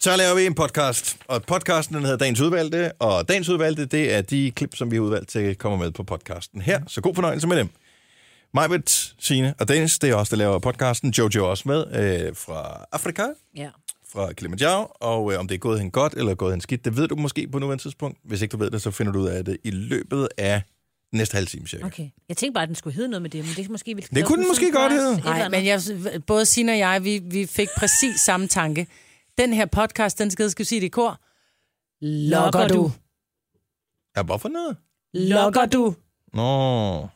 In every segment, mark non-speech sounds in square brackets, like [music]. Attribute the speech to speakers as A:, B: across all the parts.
A: Så laver vi en podcast, og podcasten den hedder Dagens Udvalgte, og Dagens Udvalgte, det er de klip, som vi har udvalgt til kommer med på podcasten her. Så god fornøjelse med dem. Majbet, Signe og Dennis, det er også der laver podcasten. Jojo er også med øh, fra Afrika,
B: Ja.
A: fra Kilimanjaro, og øh, om det er gået hen godt eller gået hen skidt, det ved du måske på nuværende tidspunkt. Hvis ikke du ved det, så finder du ud af det i løbet af næste halv time cirka. Okay.
B: Okay. Jeg tænkte bare, at den skulle hedde noget med det, men det måske... ville-
A: Det kunne den måske godt hedde.
B: Et eller
C: Nej,
B: andet.
C: men jeg, både Sina og jeg, vi, vi fik præcis samme tanke. Den her podcast, den skal, skal vi sige det i kor. Lokker du.
A: Ja, hvorfor noget?
C: Lokker du.
A: Nå.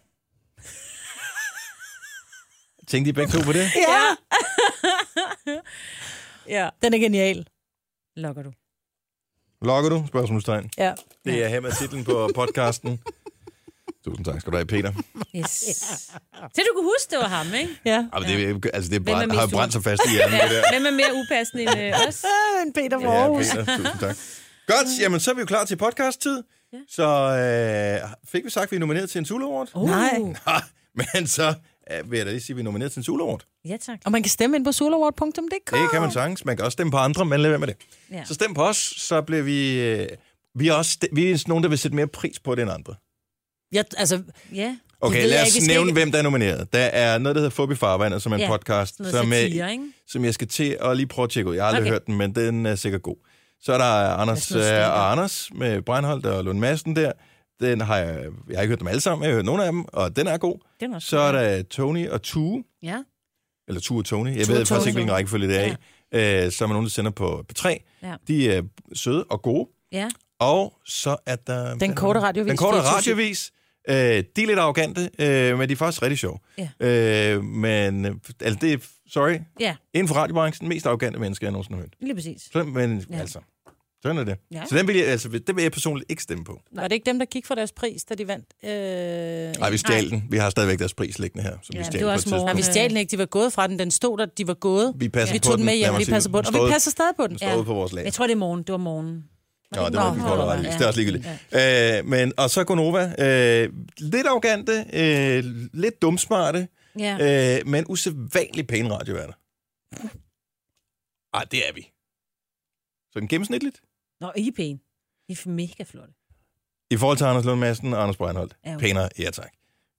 A: Tænkte I begge to på det?
C: Ja.
B: [laughs] Ja.
C: Den er genial.
B: Lokker du.
A: Lokker du? Spørgsmålstegn.
C: Ja.
A: Det er her med titlen på podcasten. Tusind tak skal du have, Peter.
B: Yes. Så du kunne huske, det var ham, ikke?
C: Ja.
A: Ej, men det, er- altså, det er
B: Hvem er
A: brændt,
B: mest
A: har jo brændt sig fast i hjernen, det der.
B: Hvem er mere upassende end øh, os?
C: Ah, En Peter fra
A: Ja,
C: Aarhus.
A: Peter, tusind tak. Godt, jamen så er vi jo klar til podcast-tid. Så øh, fik vi sagt, at vi er nomineret til en Zulu Award?
B: Uh.
C: Nej.
A: Nej, men så øh, vil jeg da lige sige, at vi er nomineret til en Zulu Award.
B: Ja, tak.
C: Og man kan stemme ind på solaward.dk.
A: Det kan man sagtens. Man kan også stemme på andre, men lad være med det.
B: Ja.
A: Så stem på os, så bliver vi... Øh, vi er også vi er nogen, der vil sætte mere pris på det end andre.
C: Jeg, altså,
B: Ja.
A: Okay,
C: ved
A: lad
C: jeg
A: os
C: ikke. Vi skal
A: nævne,
C: ikke-
A: hvem der er nomineret. Der er noget, der hedder Fubi Farvandet, som er en
B: Ja,
A: podcast,
B: Noget
A: som, øh,
B: satire, ikke?
A: som jeg skal til at lige prøve at tjekke ud. Jeg har aldrig
B: Okay.
A: hørt den, men den er sikkert god. Så er der Anders
B: sådan noget
A: øh,
B: stand-up.
A: og Anders med Breinholt og Lund Madsen der. Den har jeg, jeg har ikke hørt dem alle sammen, men jeg har hørt nogle af dem, og den er god.
B: Den er også
A: Så er der Tony og Tue,
B: Ja.
A: eller Tue og Tony, jeg
C: Tue
A: ved
C: og
A: faktisk
C: Tony.
A: ikke, hvilken rækkefølge det er i, øh, som er nogen, der sender på P3.
B: Ja.
A: De er søde og gode.
B: Ja.
A: Og så er der...
C: Den korte radiovis,
A: Den korte
C: 24.
A: radiovis. Øh, de er lidt arrogante, øh, men de er faktisk rigtig sjove.
B: Ja.
A: Øh, men, øh, altså det er, sorry,
B: Ja,
A: inden for radiobranchen, mest arrogante mennesker, jeg nogensinde har hørt.
B: lige præcis.
A: Så, men
B: Ja.
A: ja. altså, sådan er det.
B: Ja.
A: Ja. Så den vil jeg, altså, den vil jeg personligt ikke stemme på.
C: var det ikke dem, der kiggede for deres pris, da de vandt? Øh,
A: Nej, vi stjal den. Vi har stadigvæk deres pris liggende her, som vi
B: Ja, det
A: stjal
B: var
A: på et
B: også
A: tidspunkt.
C: Nej, vi stjal den ikke. De var gået fra den. Den stod der, de var gået.
A: Vi passer
C: vi
A: på
C: tog
A: den,
C: den med
A: lad
C: hjem,
A: mig
C: vi
A: sige.
C: passer på den. Og
A: Stod-
C: vi passer stadig på den.
A: Den stod på vores lag.
B: Jeg tror, det er morgen. Det var morgen.
A: Nå, det var
C: Nå,
A: den korte
C: nå,
A: radiovis.
B: ja.
A: Det er også ligegyldigt. Ja. Øh, men, og så Gonova. Øh, lidt arrogante, øh, lidt dumsmarte,
B: Ja.
A: ja. øh, men usædvanligt pæne radioværter. Ej, det er vi. Sådan gennemsnitligt.
B: Nå, I er pæne. I er mega flotte.
A: I forhold til Anders Lund Madsen og Anders Breinholt.
B: Ja, okay.
A: Pænere, ja tak.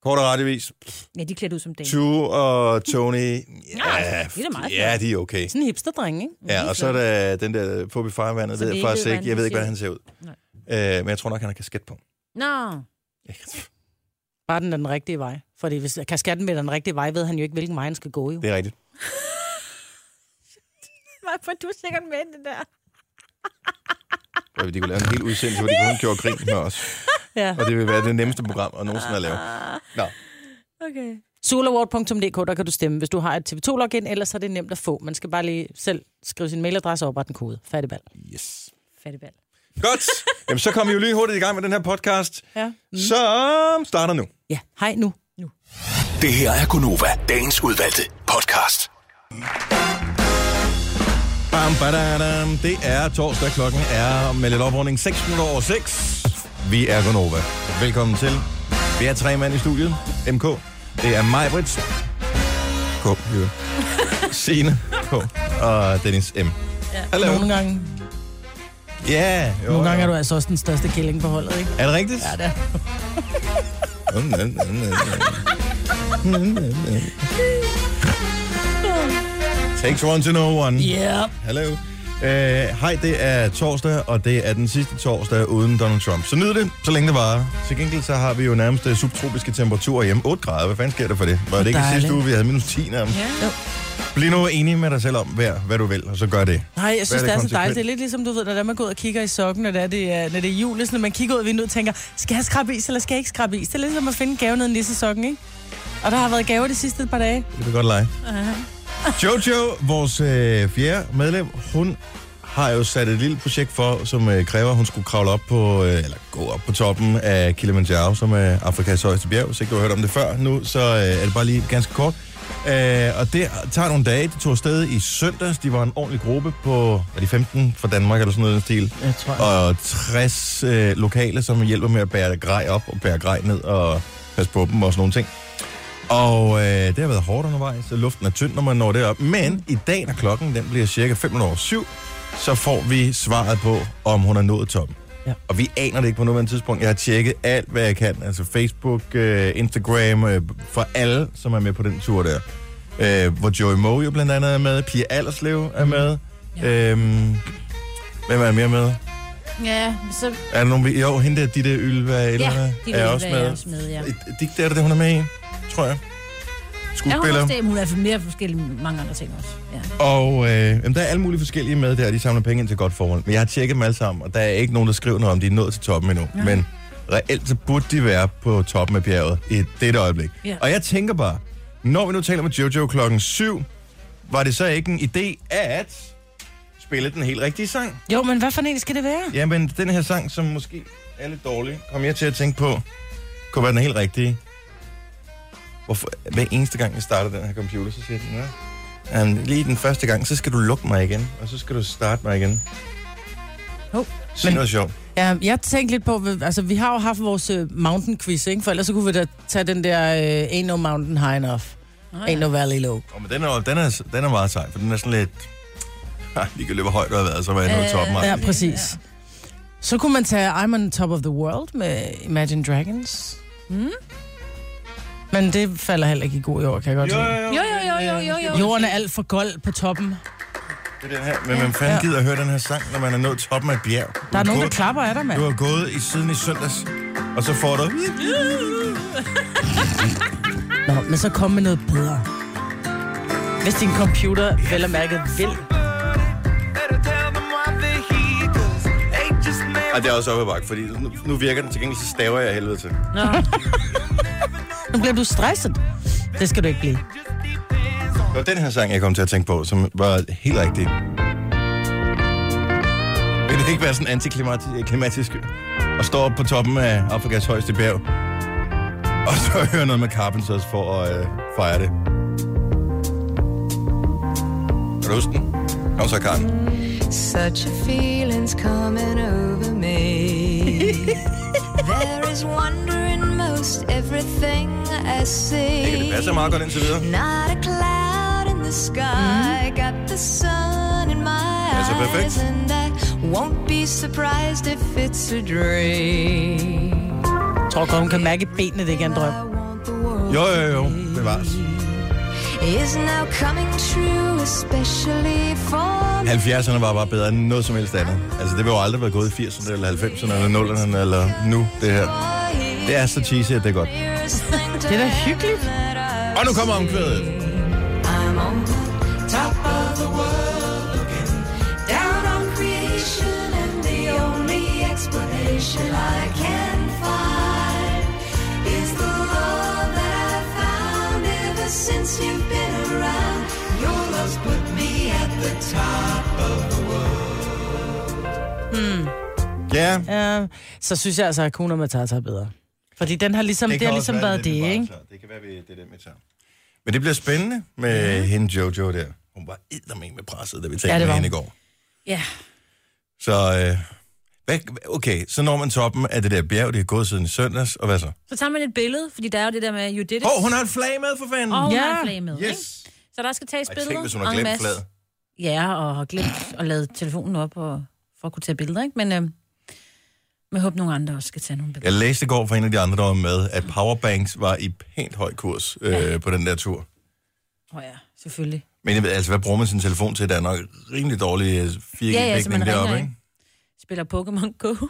A: Kort og radiovis.
B: Ja, de er klædt ud som dame.
A: Tue og Tony. Ja,
B: det er da meget
A: ja, de er okay.
C: Sådan en hipsterdreng, ikke?
A: Ja, og så er der den der Fobi Farvandet.
B: Som
A: Det
B: vi
A: er
B: ikke
A: faktisk
B: ved,
A: ikke. Jeg ved ikke, hvordan han ser ud.
B: Nej.
A: Øh, men jeg tror nok, han har kasket på.
B: Nå,
C: Bare den er den rigtige vej. Fordi hvis kasketten med den rigtige vej, ved han jo ikke, hvilken vej han skal gå. Jo.
A: Det er rigtigt.
B: hvorfor du er sikkert med det der?
A: Og de kunne lave en hel udsendelse, hvor de kun gjorde grin med os.
C: Ja.
A: Og det vil være det nemmeste program, at nogensinde at lave. Nå,
B: Ah. Okay.
C: Solaward.dk, der kan du stemme, hvis du har et TV2-login, ellers er det nemt at få. Man skal bare lige selv skrive sin mailadresse og oprette en kode. Færdigball.
A: yes.
B: Fattigball.
A: Godt. Jamen, så kommer vi jo lige hurtigt i gang med den her podcast,
C: Ja.
A: som starter nu.
C: Ja, hej nu.
D: Det her er Gunova, dagens udvalgte podcast.
A: Bam, badadam. Det er torsdag. Klokken er med lidt oprunding 6 minutter over 6. Vi er Gonova. Velkommen til. Vi er tre mand i studiet. MK. Det er mig, Brits. K. Jo.
C: [laughs]
A: Signe. K. Og Dennis M. Hallo.
C: Nogle gange,
A: Ja. jo,
C: nogle gange
A: jo.
C: er du altså også den største killing på holdet, ikke?
A: Er det rigtigt? Ja,
C: det [laughs]
A: Takes one to know one.
C: Ja. Yeah.
A: Hallo. Øh, Hej, det er torsdag, og det er den sidste torsdag uden Donald Trump. Så nyd det, så længe det varer. Til gengæld så har vi jo nærmest øh, subtropiske temperaturer hjemme. 8 grader, hvad fanden sker der for det? Var det ikke i
C: Dejligt.
A: sidste uge, vi havde minus 10 nærmest?
B: Ja.
A: Bliv nu enig med dig selv om, hvad, hvad du vil, og så gør det.
C: Nej, jeg synes,
A: Hvad
C: det
A: er
C: er
A: det
C: så dejligt. Det er
A: konsekvent?
C: lidt ligesom, du ved, når der er, man går ud og kigger i sokken, når det er, det er, når det er jul, sådan, når man kigger ud af vinduet og tænker, skal jeg skrabe is, eller skal jeg ikke skrabe is? Det er lidt som at finde en gave nede i nissesokken, ikke? Og der har været gaver de sidste par dage.
A: Det vil godt lege. Jojo, vores øh, fjerde medlem, hun har jo sat et lille projekt for, som øh, kræver, at hun skulle kravle op på, øh, eller gå op på toppen af Kilimanjaro, som er Afrikas højeste bjerg. Hvis ikke du har hørt om det før nu, så øh, er det bare lige ganske kort. Øh, og det tager nogle dage. De tog afsted i søndags. De var en ordentlig gruppe på, var de 15 fra Danmark eller sådan noget i den stil?
C: Jeg tror,
A: og 60 øh, lokale, som hjælper med at bære grej op og bære grej ned og passe på dem og sådan nogle ting. Og øh, det har været hårdt undervejs, og luften er tynd, når man når derop. Men i dag, når klokken den bliver cirka 5 over 7, så får vi svaret på, om hun har nået toppen.
C: Ja.
A: Og vi aner det ikke på nuværende tidspunkt. Jeg har tjekket alt, hvad jeg kan. Altså Facebook, øh, Instagram, øh, for alle, som er med på den tur der. Øh, hvor Joey Moe jo blandt andet er med. Pia Allerslev er med. Ja. Øhm, hvem er mere med?
E: Ja, så...
A: Er der nogen... vi- Jo, hende der, Ditte Ylva eller
E: Ja,
A: hvad,
B: De
A: er
B: ved,
A: også
B: hvad jeg
A: med.
B: er også med, ja.
A: Et digt er det, hun er med i, tror jeg.
B: Er hun
A: Skuespiller.
B: også det? Hun er mere forskellige mange andre ting også. Ja.
A: Og øh, jamen, der er alle mulige forskellige med der, de samler penge ind til godt formål. Men jeg har tjekket dem alle sammen, og der er ikke nogen, der skriver noget om, de er nået til toppen endnu. Ja. Men reelt så burde de være på toppen af bjerget i dette øjeblik.
B: Ja.
A: Og jeg tænker bare, når vi nu taler med Jojo klokken 7, var det så ikke en idé at spille den helt rigtige sang?
C: Jo, men hvad for en skal det være?
A: Jamen, den her sang, som måske er lidt dårlig, kom jeg til at tænke på, kunne være den helt rigtige. Hvorfor? Hver eneste gang, jeg starter den her computer, så siger den, ja. Um, lige den første gang, så skal du lukke mig igen, og så skal du starte mig igen.
C: Hov.
A: Sig
C: Men-
A: noget sjovt.
C: Ja, jeg tænkte lidt på, hvad- altså vi har jo haft vores øh, mountain quiz, ikke? For ellers så kunne vi da tage den der øh, Ain't No Mountain High Enough,
B: Nå,
C: Ain't No Valley Low.
A: Oh, men den er, den, er, den er meget sej, for den er sådan lidt... Ah, lige kan løbe hvor højt, og været, så var jeg nået
B: Øh,
A: toppen.
C: Ja,
A: Ja.
C: præcis. Så kunne man tage I'm on top of the world med Imagine Dragons.
B: Mm.
C: Men det falder heller ikke i god jord, kan jeg godt sige.
B: Jo, jo, jo, jo, jo, jo.
C: Jorden er alt for gold på toppen.
A: Det er den her. Men hvem fanden
C: Ja.
A: gider at høre den her sang, når man er nået toppen af et bjerg? Du
C: Der er
A: har
C: nogen, der
A: gået-
C: klapper af dig, mand.
A: Du har gået i siden i søndags, og så får du...
C: Nå, men så kom med noget bedre. Hvis din computer vel og mærket vil.
A: Ej, det er også op ad bakke, fordi nu, nu virker den til gengæld, så staver jeg af helvede til.
C: Nu bliver du stresset. Det skal du ikke blive.
A: Det var den her sang, jeg kom til at tænke på, som var helt rigtig. Vil det ikke være sådan antiklimatisk at stå oppe på toppen af Afrikas højeste bjerg, og så [laughs] høre noget med Carpenters for at øh, fejre det? Kan du huske den? Kom så, Karen.
F: Such a feeling's coming over me. there is wonder in most everything I
A: Det kan det
F: see.
A: passe meget godt indtil videre.
F: Not a cloud in the sky. Got the sun in my
A: Passer perfekt.
F: eyes, and I won't be surprised if it's a dream.
C: Jeg tror godt, hun kan mærke i benene, det ikke er en drøm.
F: I want the world
A: Jo, jo, jo. Bevares.
F: is now coming true, especially for me.
A: 70'erne var bare bedre end noget som helst andet. Altså, det ville jo aldrig være gået i 80'erne, eller 90'erne, eller 0'erne, eller nu, det her. Det er så cheesy, at det er godt.
F: Det
C: Det er da hyggeligt.
A: Og nu kommer omkvædet.
F: I'm on the top of the world again. Down on creation and the only explanation I can find is the love that I found ever since you've been around. Your love's put me at the top of the world.
A: Ja.
C: Ja, så synes jeg altså, at Kuna Matata er bedre. Fordi den har ligesom, det,
A: kan
C: har
A: også
C: ligesom
A: være,
C: været
A: er
C: det,
A: vi bare
C: ikke?
A: tager. Det kan være, vi, det er den, vi tager. Men det bliver spændende med ja. hende Jojo der. Hun var eddermame med presset, da vi talte
C: Ja,
A: ja, med
C: det var
A: hende i
C: hun.
A: går.
B: Ja.
A: Så, øh, hvad, okay, så når man toppen af det der bjerg, det er gået siden i søndags, og hvad så?
B: Så tager man et billede, fordi der er jo det der med, you did it.
A: Åh, oh, hun har et flag med, for fanden!
B: Og hun
C: Ja.
B: har et flag med, ikke?
A: yes!
B: Så der skal tages
A: Ej,
B: billeder.
A: tænk, hvis hun har
B: en
A: glemt
B: masse.
A: flaget.
B: Ja, og har glemt at lade telefonen op og, for at kunne tage billeder, ikke? Men øhm, jeg håber, nogle andre også skal tage nogle billeder.
A: Jeg læste i går fra en af de andre, der var med, at powerbanks var i pænt høj kurs øh, på den der tur.
B: Åh ja, selvfølgelig.
A: Men jeg ved, altså, hvad bruger man sin telefon til? Der er nok rimelig dårlig øh, 4 g
B: Ja, ja, så man
A: dækning deroppe,
B: ringer,
A: ikke?
B: ikke? Spiller Pokémon Go. [laughs]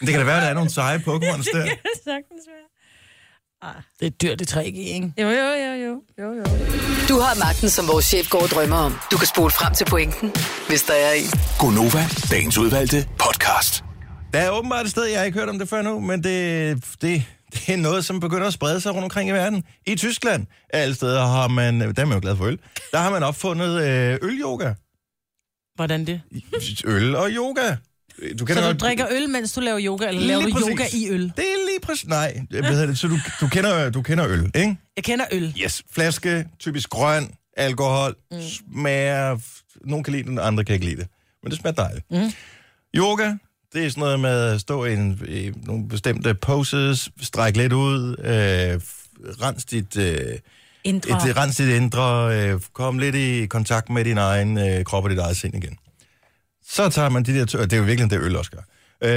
A: Men det kan da være, at der er nogle seje Pokémons
B: [laughs]
A: der.
B: Sagtens være.
C: Det er dyrt i 3G, ikke?
B: Jo, jo, jo, jo. jo, jo.
G: Du har magten, som vores chef går og drømmer om. Du kan spole frem til pointen, hvis der er en.
D: Gonova, dagens udvalgte podcast.
A: Der er åbenbart et sted, jeg har ikke hørt om det før nu, men det, det, det er noget, som begynder at sprede sig rundt omkring i verden. I Tyskland, af alle steder, har man, der er man jo glad for øl, der har man opfundet øh, øl-yoga.
C: Hvordan det?
A: Øl og yoga. Du kan
C: Så du drikker øl, mens du laver yoga, eller
A: Lige
C: laver du
A: præcis.
C: yoga i øl?
A: Det er lige præcis... Nej, hvad hedder det? Så du, du, kender, du kender øl, ikke?
C: Jeg kender øl.
A: Yes. Flaske, typisk grøn, alkohol, mm. smager... f- Nogen kan lide den, andre kan ikke lide det. Men det smager dejligt. Mm. Yoga, det er sådan noget med at stå i, en, i nogle bestemte poses, strække lidt ud, øh, f- rens dit øh,
B: Indre.
A: Et, rens dit indre, øh, kom lidt i kontakt med din egen øh, krop og dit eget sind igen. Så tager man de der, tø- og det er jo virkelig det øl også gør.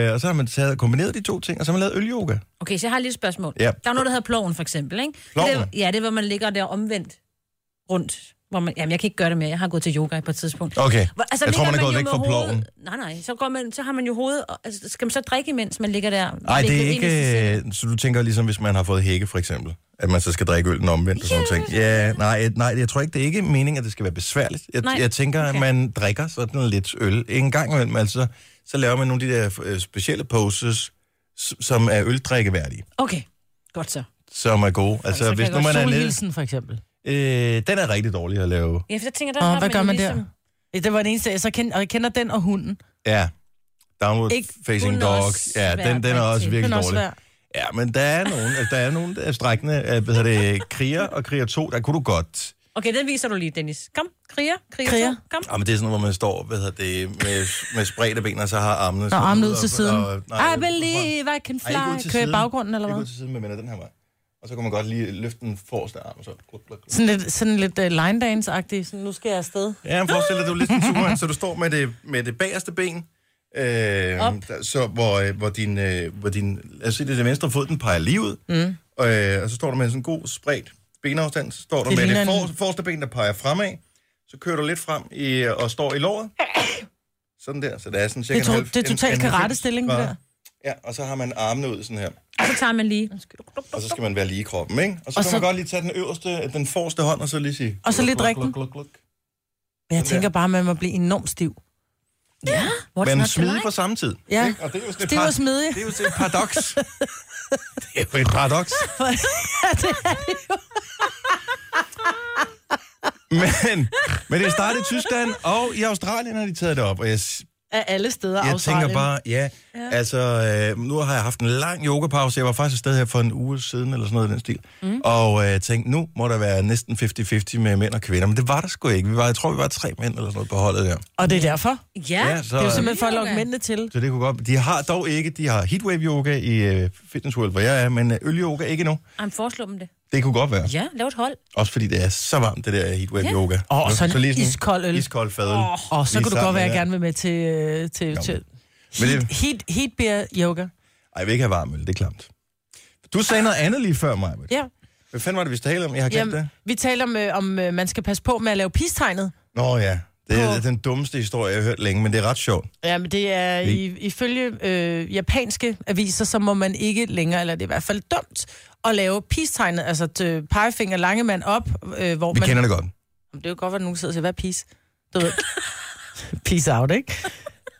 A: Øh, og så har man taget, kombineret de to ting, og så har man lavet øl-yoga.
B: Okay, så jeg har lige et spørgsmål.
A: Ja.
B: Der er noget, der hedder ploven, for eksempel, ikke?
A: Ploven?
B: Det, ja, det er, hvor man ligger der omvendt rundt. Hvor man, jamen, jeg kan ikke gøre det mere. Jeg har gået til yoga på et tidspunkt.
A: Okay.
B: Hvor, altså,
A: Jeg tror,
B: ligger
A: man er gået
B: jo
A: væk
B: med
A: fra
B: hovedet-
A: ploven.
B: Nej, nej. Så, går man, så har man jo hovedet... og- Altså, skal man så drikke, imens man ligger der?
A: Nej, det
B: Ligger
A: er
B: ind i sig selv?
A: ikke... Øh, så du tænker ligesom, hvis man har fået hække, for eksempel, at man så skal drikke øl den omvendt og sådan yeah. ting. Ja, nej, øh, nej, jeg tror ikke, det er ikke meningen, at det skal være besværligt. Jeg,
B: Nej,
A: jeg tænker, okay.
B: okay.
A: at man drikker sådan lidt øl en gang imellem, altså, så laver man nogle af de der øh, specielle poses, s- som er øldrikkeværdige,
B: Okay, godt så.
A: som er gode. Altså,
B: så
A: altså
B: kan
A: hvis
B: jeg
A: nu man
B: godt-
A: er nede...
C: Solhilsen, for eksempel.
A: Øh, den er rigtig dårlig at lave.
B: Ja, for jeg tænker, der
C: Åh,
B: har
C: hvad gør
B: jo
C: man
B: ligesom...
C: der? Det var den eneste, jeg så kender, og jeg kender den og hunden.
A: Ja. Downward
C: Ikke-
A: Facing
B: den er
A: Dog.
B: også
A: Ja,
B: svær
A: den, den er
B: at
A: også
B: drikke.
A: virkelig
C: Den er også
A: dårlig.
C: svær.
A: Ja, men der er nogen, altså, der er nogen af strækkende, øh, hvad hedder det, kriger og kriger 2, der kunne du godt.
B: Okay, den viser du lige, Dennis. Kom, kriger, kriger,
C: Kriger.
B: kriger. kom.
A: Ja, Ah, men det er sådan, hvor man står, hvad hedder det, med, med spredte ben, og så har armene...
C: Nå,
A: sådan
C: armen ud
A: og-
C: til siden.
A: og-
C: I believe I can
A: Ej, ikke ud
C: fly.
A: til
C: Kører i
A: siden.
C: baggrunden, eller
A: Ikke
C: hvad?
A: ud til siden, men vender den her vej. Og så kan man godt lige løfte den forreste arm, og så...
C: Sådan lidt, sådan lidt uh, line dance-agtig. Sådan, nu skal jeg afsted.
A: Ja, men forestil dig, du er lidt en turen, så du står med det, med det bagerste ben, øh, der, så, hvor, øh, hvor, din, øh, hvor din, lad os sige, det er den venstre fod, den peger lige ud, mm. og, øh, og så står du med sådan en god spredt benafstand, så står du
C: Det
A: det med det
C: ligner
A: for,
C: en-
A: forreste ben, der peger fremad, så kører du lidt frem i, og står i låret, sådan der, så det er sådan cirka
C: Det, tro,
A: en halv-
C: det er
A: en-
C: totalt
A: en halvfems
C: karate-stilling, det
A: grader.
C: der.
A: Ja, og så har man armene ud sådan her,
B: Og så tager man lige...
A: og så skal man være lige i kroppen, ikke? Og så
C: Og
A: kan
C: så-
A: man godt lige tage den øverste, den forreste hånd, og så lige sige...
C: Og så lige
A: gluk,
C: drikke den.
A: gluk, gluk, gluk, gluk.
C: Men jeg
A: der.
C: tænker bare, at man må blive enormt stiv.
B: What's
A: Men
B: not to
A: smide
B: like?
A: på samme tid.
C: Ja.
A: Ikke? Og det er jo sådan et
C: Stiv
A: par-
C: og smidig.
A: Det er jo sådan et paradoks. det er jo et paradoks. [laughs] men, men det startede i Tyskland, og i Australien har de taget det op. Og jeg, s-
C: Af alle steder
A: jeg
C: Australien.
A: tænker bare, ja, altså, øh, nu har jeg haft en lang yogapause. Jeg var faktisk et sted her for en uge siden, eller sådan noget i den stil. Mm. Og øh, jeg tænkte, nu må der være næsten 50-50 med mænd og kvinder. Men det var der sgu ikke. Vi var, jeg tror, vi var tre mænd eller sådan noget på holdet der.
C: Og det er derfor.
B: Ja,
A: Ja, så- øh,
B: det er jo
C: Simpelthen for at
B: Yoga.
C: lokke mændene til.
A: Så det kunne godt... De har dog ikke... De har heatwave yoga i øh, Fitness World, hvor jeg er, men øh, øl-yoga ikke nu.
B: Ej, men foreslå dem det.
A: Det kunne godt være.
B: Ja, lav et hold.
A: Også fordi det er så varmt, det der heatwave
B: Ja.
A: yoga.
C: Åh,
A: Nu-
C: sådan
A: lige
C: iskold øl.
A: Iskold fadøl. Åh,
C: Og så kunne du godt være, at jeg gerne vil med til... øh, til, til
A: men
C: heat,
A: det-
C: heat, heat beer yoga.
A: Ej, jeg vil ikke have varm øl, det er klamt. Du sagde noget andet lige før, Maja.
C: Ja.
A: Hvad fanden var det, vi talte om? Jeg har glemt det.
C: Jamen, vi taler om, øh, om øh, man skal passe på med at lave pistegnet.
A: Nå ja, det er
C: På-
A: den dummeste historie, jeg har hørt længe, men det er ret sjovt.
C: Ja, men det er i, ifølge øh, japanske aviser, så må man ikke længere, eller det er i hvert fald dumt, at lave peace-tegnet, altså t- pegefinger lange mand op, øh, hvor
A: Vi
C: man...
A: kender det godt.
C: Jamen, Det er jo godt, at nogen sidder og siger, hvad er peace? Du ved. [laughs] peace out, ikke?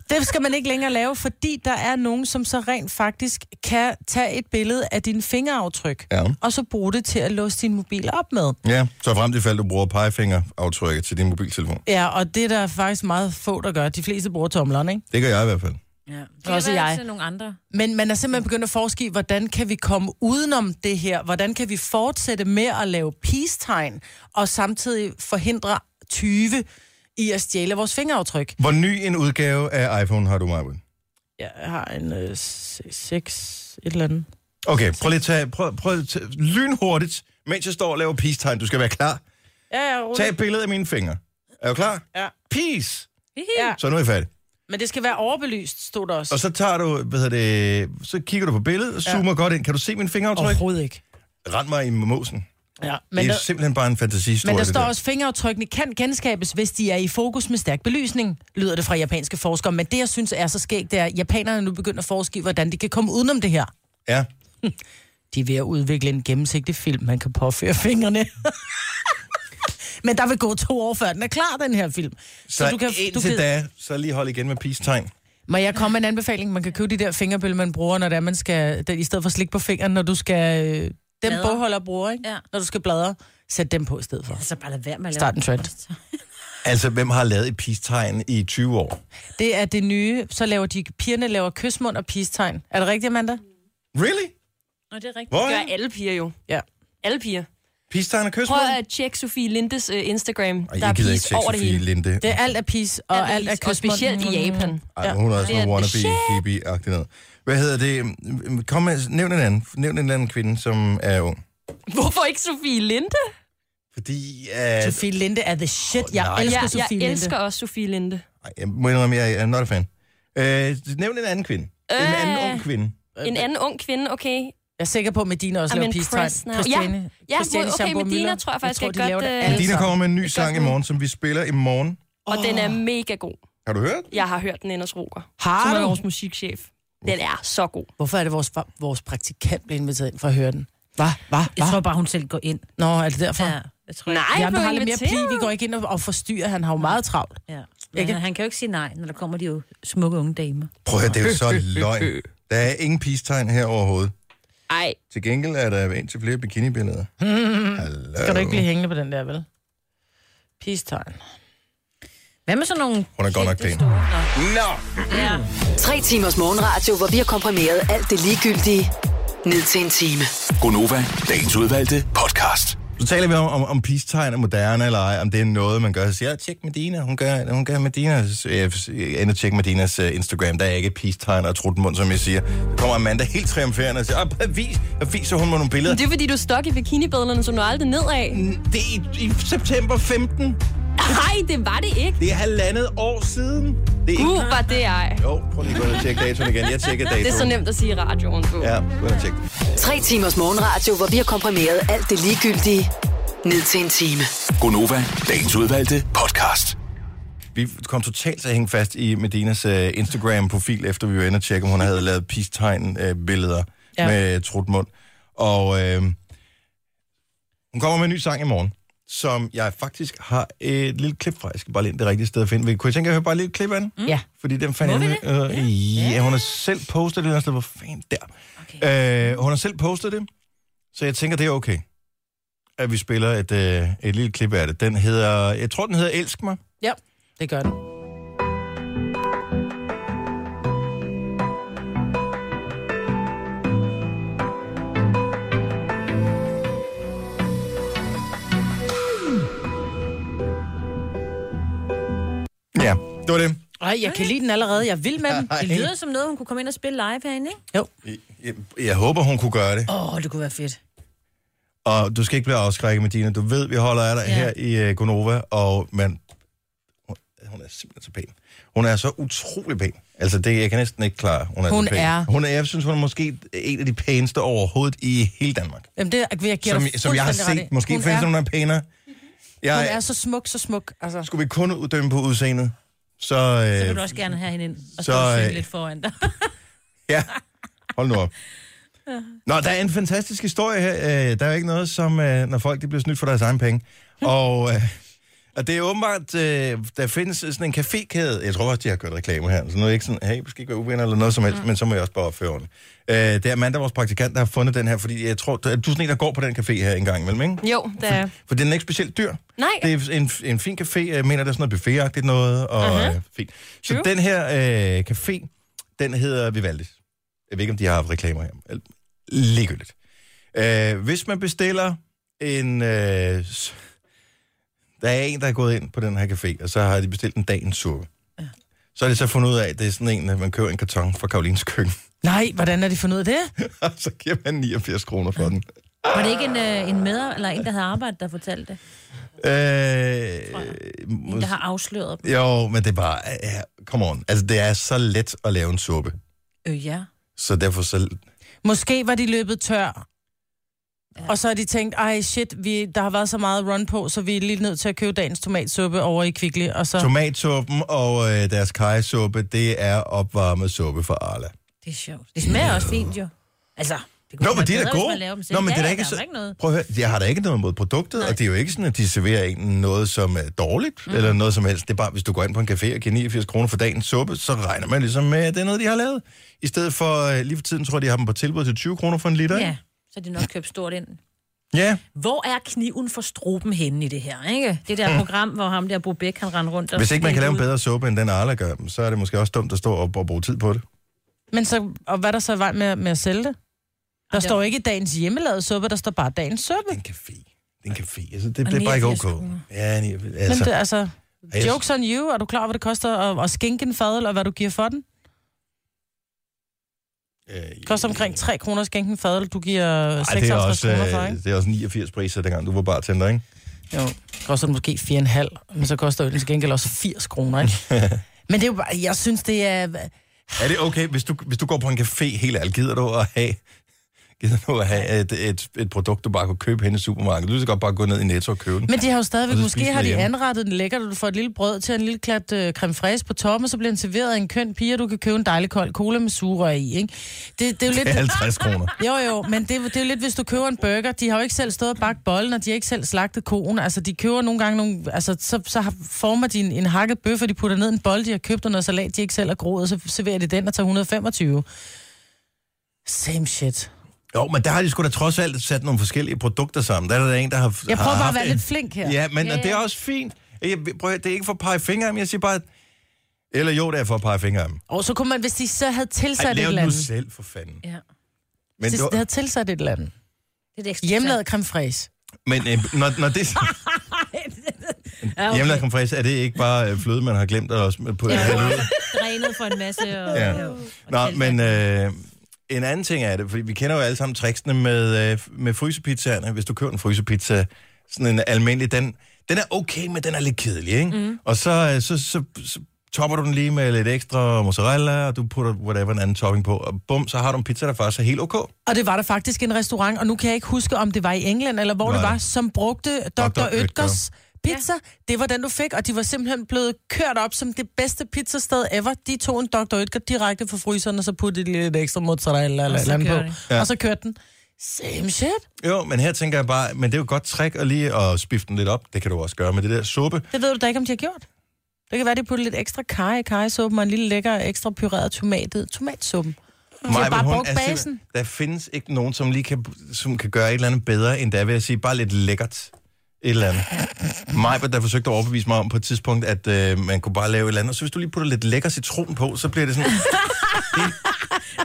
C: Det skal man ikke længere lave, fordi der er nogen, som så rent faktisk kan tage et billede af dine fingeraftryk,
A: Ja.
C: og så bruge det til at låse din mobil op med.
A: Ja, så frem til fald, du bruger pegefingeraftrykket til din mobiltelefon.
C: Ja, og det er der faktisk meget få, der gør. De fleste bruger tomleren, ikke?
A: Det gør jeg i hvert fald.
B: Ja. Det
C: Også
B: kan være,
C: jeg.
B: til nogle andre.
C: Men man er simpelthen begyndt at forske i, hvordan kan vi komme udenom det her? Hvordan kan vi fortsætte med at lave peace-tegn, og samtidig forhindre 20 i at stjæle vores fingeraftryk?
A: Hvor ny en udgave af iPhone har du, Maja?
C: Jeg har en øh, 6, et eller andet.
A: Okay, prøv lige at tage, prøv, prøv at tage lynhurtigt, mens jeg står og laver peace-tegn. Du skal være klar.
C: Ja, ja,
A: Tag
C: roligt.
A: et billede af mine fingre. Er du klar?
C: Ja.
A: Peace!
C: ja.
A: Så nu er jeg færdig.
C: Men det skal være overbelyst, stod der også.
A: Og så tager du, hvad hedder det, så kigger du på billedet, og zoomer ja. godt ind. Kan du se mine fingeraftryk? Oh.
C: Overhovedet ikke.
A: Rend mig i mosen.
C: Ja,
A: Men
C: men
A: det er
C: der,
A: simpelthen bare en fantasihistorie.
C: men der
A: det
C: står også, fingeraftrykkene kan genskabes, hvis de er i fokus med stærk belysning, lyder det fra japanske forskere. Men det, jeg synes er så skægt, det er, at japanerne nu begynder at forske i, hvordan de kan komme udenom det her.
A: Ja.
C: De er ved at udvikle en gennemsigtig film, man kan påføre [laughs] fingrene. Men der vil gå to år, før den er klar, den her film.
A: Så, så du kan, indtil du da, så lige hold igen med peace-tegn.
C: Må jeg komme med en anbefaling? Man kan købe de der fingerbøl, man bruger, når det er, man skal... Den, I stedet for slik på fingeren, når du skal... øh, Dem
B: Bladre.
C: bogholder bruger, ikke?
B: Ja.
C: Når du skal bladre, sæt dem på i stedet for.
B: Altså bare lad være med at lave...
C: Start en trend.
A: Altså, hvem har lavet et peace-tegn i 20 år?
C: Det er det nye. Så laver de... Pigerne laver kysmund og pistegn. Er det rigtigt, Amanda?
A: Really?
B: Nå, det er rigtigt.
A: Hvor
E: Det
A: er
E: gør alle piger jo.
C: Ja.
E: Alle piger.
A: Peace-tegn og kys med?
E: Prøv at tjekke Sofie Lindes øh, Instagram.
A: Ej,
E: der er
A: jeg gider ikke
E: pis
A: tjekke
E: over det
A: Sofie
E: hele.
A: Linde.
C: Det er alt er pis, og alt, alt er
E: pis, og
C: kysmund.
E: specielt i Japan.
A: Ej, ja. hun er også
E: Det er
A: noget
E: the
A: wannabe hippie-agtig noget. Hvad hedder det? Kom med, nævn en anden. Nævn en eller anden kvinde, som er ung.
E: Hvorfor ikke Sofie Linde?
A: Fordi... øh, At,
C: Sofie Linde er the shit. Jeg
A: nej.
C: elsker
E: Ja,
C: Sofie
E: jeg
C: Linde.
E: elsker også Sofie Linde.
A: Ej, jeg må indrømme, jeg er not a fan. Øh, nævn en anden kvinde. Øh. En anden
E: Øh.
A: ung kvinde.
E: En anden ung kvinde, okay.
C: Jeg er sikker på, at Medina også
E: I'm
C: laver
E: impressed
C: peace-tegn.
E: now.
C: Christiane,
E: Ja,
C: Christiane
E: okay,
C: Schaumburg-Müller.
E: Medina tror jeg faktisk, jeg
C: de
E: godt,
C: laver det
E: øh,
C: alle
E: Altså,
A: Medina
C: sammen.
A: kommer med en ny
E: det gør
A: sang i
E: hun.
A: morgen, som vi spiller i morgen.
E: Og den er mega god.
A: Har du hørt?
E: Jeg har hørt den Anders Roger,
C: Har
E: som er
C: du?
E: vores musikchef. Den er så god.
C: Hvorfor er det, vores, vores praktikant blev inviteret ind for at høre den? Hvad? Hvad?
B: Jeg tror
C: Hvad?
B: bare, hun selv går ind.
C: Nå, er det derfor?
B: Ja,
C: Ja.
B: jeg tror
E: Nej,
C: Jamen,
E: blev
C: har lidt mere pli.
E: inviteret.
C: Vi går ikke ind og, og forstyrrer. Han har jo meget travlt.
B: Ja. Men
C: Ikke?
B: han, han kan jo ikke sige nej, når der kommer de jo smukke unge damer.
A: Prøv at høre, det er jo så løgn. Der er ingen pistegn her overhovedet.
E: Ej,
A: Til gengæld er der en til flere bikinibilleder.
C: Skal du ikke blive hængende på den der, vel? Peace-tegn.
B: Hvad med sådan nogle...
A: Hun er godt nok
B: kæmpe
A: pæn.
B: store- Nå.
G: Tre timers morgenradio, hvor vi har komprimeret alt det ligegyldige ned til en time.
D: Gonova, dagens udvalgte podcast.
A: Så taler vi om, om, om peace-tegn er moderne eller ej, om det er noget, man gør. Så siger, jeg, tjek Medina, hun gør, hun gør Medinas, øh, jeg ender tjek Medinas øh, Instagram, der er ikke peace-tegn og trutmund, som jeg siger. Der kommer Amanda helt triumferende og siger, "Ah, vis, og viser hun mig nogle billeder.
E: Men det er fordi, du er stok i bikinibaderne, som du aldrig ned af.
A: Det er i, i september 15.
E: Nej, det var det ikke.
A: Det er halvandet år siden. Det er ikke...
E: Uh, var det ej.
A: Jo, prøv lige at gå ind og tjekke datoen igen. Jeg tjekker datoen.
E: Det er så nemt at sige i radioen på.
A: Ja, gå ind og tjek.
G: Tre timers morgenradio, hvor vi har komprimeret alt det ligegyldige ned til en time.
D: Gonova, dagens udvalgte podcast.
A: Vi kom totalt til at hænge fast i Medinas uh, Instagram-profil, efter vi var inde og tjekke, om hun havde lavet peace-tegn-billeder ja.
C: Ja.
A: med trutmund. Og øh, hun kommer med en ny sang i morgen, som jeg faktisk har et lille klip fra. Jeg skal bare lige ind det rigtige sted at finde. Kunne I tænke, at jeg hører bare et lille klip af den?
C: Ja.
A: Fordi den fandt jeg... Øh, ja, hun har selv postet det. et eller andet sted. Hvor fanden der? Okay. Øh, hun har selv postet det, så jeg tænker, det er okay, at vi spiller et, øh, et lille klip af det. Den hedder... Jeg tror, den hedder Elsk mig.
C: Ja, det gør den.
A: Ja, det var det.
C: Ej, jeg kan lide den allerede. Jeg vil med den.
B: Det lyder som noget, hun kunne komme ind og spille live herinde, ikke?
A: Jeg, jeg håber, hun kunne gøre det.
B: Åh, oh, det kunne være fedt.
A: Og du skal ikke blive afskrækket, Medina. Du ved, vi holder af dig ja.
B: Ja.
A: her i uh, Gonova, og man... Hun, hun er simpelthen så pæn. Hun er så utrolig pæn. Altså, det jeg kan næsten ikke klare. Hun er,
C: Hun
A: så pæn.
C: er-
A: Hun er... Jeg synes, hun er måske en af de pæneste overhovedet i hele Danmark.
C: Jamen, det, jeg giver
A: Som,
C: dig
A: som jeg har
C: fuldstændig ret i.
A: set. Måske
C: hun
A: findes der
C: er,
A: nogen, der er pænere. Jeg,
C: Hun er så smuk, så smuk. Altså.
A: Skulle vi kun uddømme på udseendet, så...
B: Så vil
A: Øh,
B: du også gerne have hende ind og
A: så,
B: så, øh...
A: øh,
B: lidt foran dig. [laughs]
A: Ja, hold nu op. Nå, der er en fantastisk historie her. Øh, Der er jo ikke noget som, øh, når folk de bliver snydt for deres egen penge. Og, øh, og det er åbenbart, øh, der findes sådan en cafékæde. Jeg tror også, de har kørt reklamer her. Så nu er det ikke sådan, hey, vi skal ikke være uvenner eller noget som helst, mm. men så må jeg også bare opføre ordentligt. Øh, Det er Amanda, vores praktikant, der har fundet den her, fordi jeg tror, at du er sådan en, der går på den café her en gang imellem, ikke?
E: Jo, det er...
A: For den er ikke specielt dyr.
E: Nej.
A: Det er en, en fin café, jeg mener, der er sådan noget buffetagtigt noget, og
B: Mhm.
A: uh-huh. øh, fint. Så
E: True.
A: den her øh, café, den hedder Vivaldis. Jeg ved ikke, om de har haft reklamer her. Eller- Ligegyldigt. Øh, hvis man bestiller en... Øh, s- der er en, der er gået ind på den her café, og så har de bestilt en dagens suppe. Så er det så fundet ud af, at det er sådan en, at man køber en karton fra Karolins køkken, [laughs]
C: Nej, hvordan er de fundet ud af det?
A: og så giver man 89 kroner for den.
B: Var det ikke en, øh, en med, eller en, der havde arbejdet, der fortalte det?
A: Øh,
B: En, der har afsløret dem?
A: Jo, men det er bare, ja, come on. Altså, det er så let at lave en suppe.
B: Øh, ja.
A: Så derfor så...
C: Måske var de løbet tør. Ja. Og så har de tænkt, ej shit, vi, der har været så meget run på, så vi er lige nødt til at købe dagens tomatsuppe over i Kvickly. Og så...
A: Tomatsuppen og øh, deres kajsuppe, det er opvarmet suppe fra Arla.
B: Det er sjovt. Det smager også fint, jo. Altså, det kunne
A: Nå,
B: være
A: men de er da
B: bedre, hvis man
A: gode.
B: laver dem selv.
A: Nå, men
B: Ja,
A: det er da
B: ja,
A: ikke
B: der
A: så...
B: Ikke noget.
A: Prøv at høre, jeg har da ikke noget mod produktet, Nej. og det er jo ikke sådan, at de serverer en noget, som er dårligt, mm. eller noget som helst. Det er bare, hvis du går ind på en café og giver 89 kroner for dagens suppe, så regner man ligesom med, at det er noget, de har lavet. I stedet for, øh, lige for tiden tror jeg, de har dem på tilbud til 20 kroner for en liter.
B: Ja,
A: ikke?
B: så er de nok købt stort ind.
A: ja.
B: Hvor er kniven for struben henne i det her, ikke? Det der program, hvor ham der Bo Bæk, han rendte rundt og...
A: Mm. Hvis ikke man kan lave en
B: ud.
A: bedre suppe, end den Arla gør, så er det måske også dumt at stå og, og bruge tid på det.
C: Men så, og hvad er der så i vej med, med at sælge det? Der
B: det-
C: står ikke dagens hjemmelavede suppe, der står bare dagens suppe.
A: en café. Det er en café. Altså, det,
B: Og
A: det er bare ikke
B: 89
A: okay.
B: kroner.
A: Ja, ni-
C: Men
A: altså,
C: det, altså,
A: jeg-
C: jokes on you, er du klar, over, hvad det koster at, at skænke en fadel, og hvad du giver for den?
A: øh,
C: Det koster omkring 3 kroner at skænke en fadel, du giver
A: Ej, det er
C: 56
A: også,
C: kroner for,
A: øh,
C: ikke?
A: det er også 89 priser, dengang du var bartender, ikke?
C: Jo, koster den måske 4,5, men så koster øl til gengæld også 80 kroner, ikke?
A: [laughs]
C: men det er jo bare, jeg synes, det er...
A: Er det okay, hvis du, hvis du går på en café helt ærligt, gider du at have, gider du at have et, et, et produkt, du bare kunne købe hen i supermarkedet? Du kan godt bare gå ned i Netto og købe den.
C: Men de har jo stadigvæk,
A: Og så
C: måske
A: spiser
C: har de
A: derhjemme.
C: anrettet den lækkert, og du får et lille brød til en lille klat øh, creme fraise på toppen, og så bliver den serveret af en køn pige, og du kan købe en dejlig kold cola med sugerør i, ikke? Det, det er jo lidt...
A: Det er 50 kroner.
C: Jo, jo, men det, er- det er jo lidt, hvis du køber en burger. De har jo ikke selv stået og bagt bollen, og de har ikke selv slagtet koen. Altså, de køber nogle gange nogle... Altså, så, så har- former de en, en hakket bøf, og de putter ned en bold, de har købt, og noget salat, de ikke selv har groet, og så serverer de den og tager 125. Same shit.
A: Jo, men der har de sgu da trods alt sat nogle forskellige produkter sammen. Der er der en, der har...
C: Jeg prøver
A: har
C: bare at
A: haft
C: være
A: en-
C: lidt flink her.
A: Ja, men ja, det er også fint. Jeg, prøv, at- det er ikke for at pege fingre af dem. Jeg siger bare... at- Eller jo, det er for at pege fingre af dem.
C: Og så kunne man, hvis de så havde tilsat
A: Ej,
C: et
A: lav
C: eller
A: den nu
C: andet...
A: selv, for fanden.
B: Ja.
A: Men,
C: Hvis
A: du,
C: de havde tilsat et eller andet.
B: Det er det ekstra. [laughs]
C: Hjemmelavet creme fraise.
A: men øh, når, når det...
B: Ja, okay.
A: Hjemmelavet creme fraise, er det ikke bare øh, fløde, man har glemt at også på
B: Ja,
A: ja.
B: hvor [laughs] er drænet for en masse. Og,
A: Ja.
B: og
A: Nå,
B: tilsat.
A: men øh, en anden ting er det, fordi vi kender jo alle sammen tricksene med, øh, med frysepizzaerne. Hvis du køber en frysepizza, sådan en almindelig, den, den er okay, men den er lidt kedelig, ikke? Mm. Og så, øh, så, så, så topper du den lige med lidt ekstra mozzarella, og du putter whatever en anden topping på, og bum, så har du en pizza, der faktisk er helt okay.
C: Og det var der faktisk en restaurant, og nu kan jeg ikke huske, om det var i England, eller hvor Nej. det
A: Nej.
C: var, som brugte Dr.
A: Dr.
C: Oetkers pizza. Det var den, du fik, og de var simpelthen blevet kørt op som det bedste pizzasted ever. De tog en Dr. Oetker direkte fra fryseren, og så puttede de lidt ekstra mozzarella eller
B: så
C: eller andet
B: kører
C: på. Ja. Og så kørte den. Same shit.
A: Jo, men her tænker jeg bare, men det er jo et godt trick at lige at spifte den lidt op. Det kan du også gøre med det der suppe.
C: Det ved du da ikke, om de har gjort. Det kan være, de puttede lidt ekstra kaj i kajsuppen, og en lille lækker ekstra pyreret tomat i tomatsuppen.
A: Maja,
C: har bare
A: men hun
C: brugt
A: er simpelthen-
C: basen.
A: altså, Der findes ikke nogen, som lige kan, som kan gøre et eller andet bedre, end der vil jeg sige, bare lidt lækkert. Et eller andet. Majbert, der forsøgte at overbevise mig om på et tidspunkt, at øh, man kunne bare lave et eller andet. Og så hvis du lige putter lidt lækker citron på, så bliver det
C: [laughs]
A: sådan...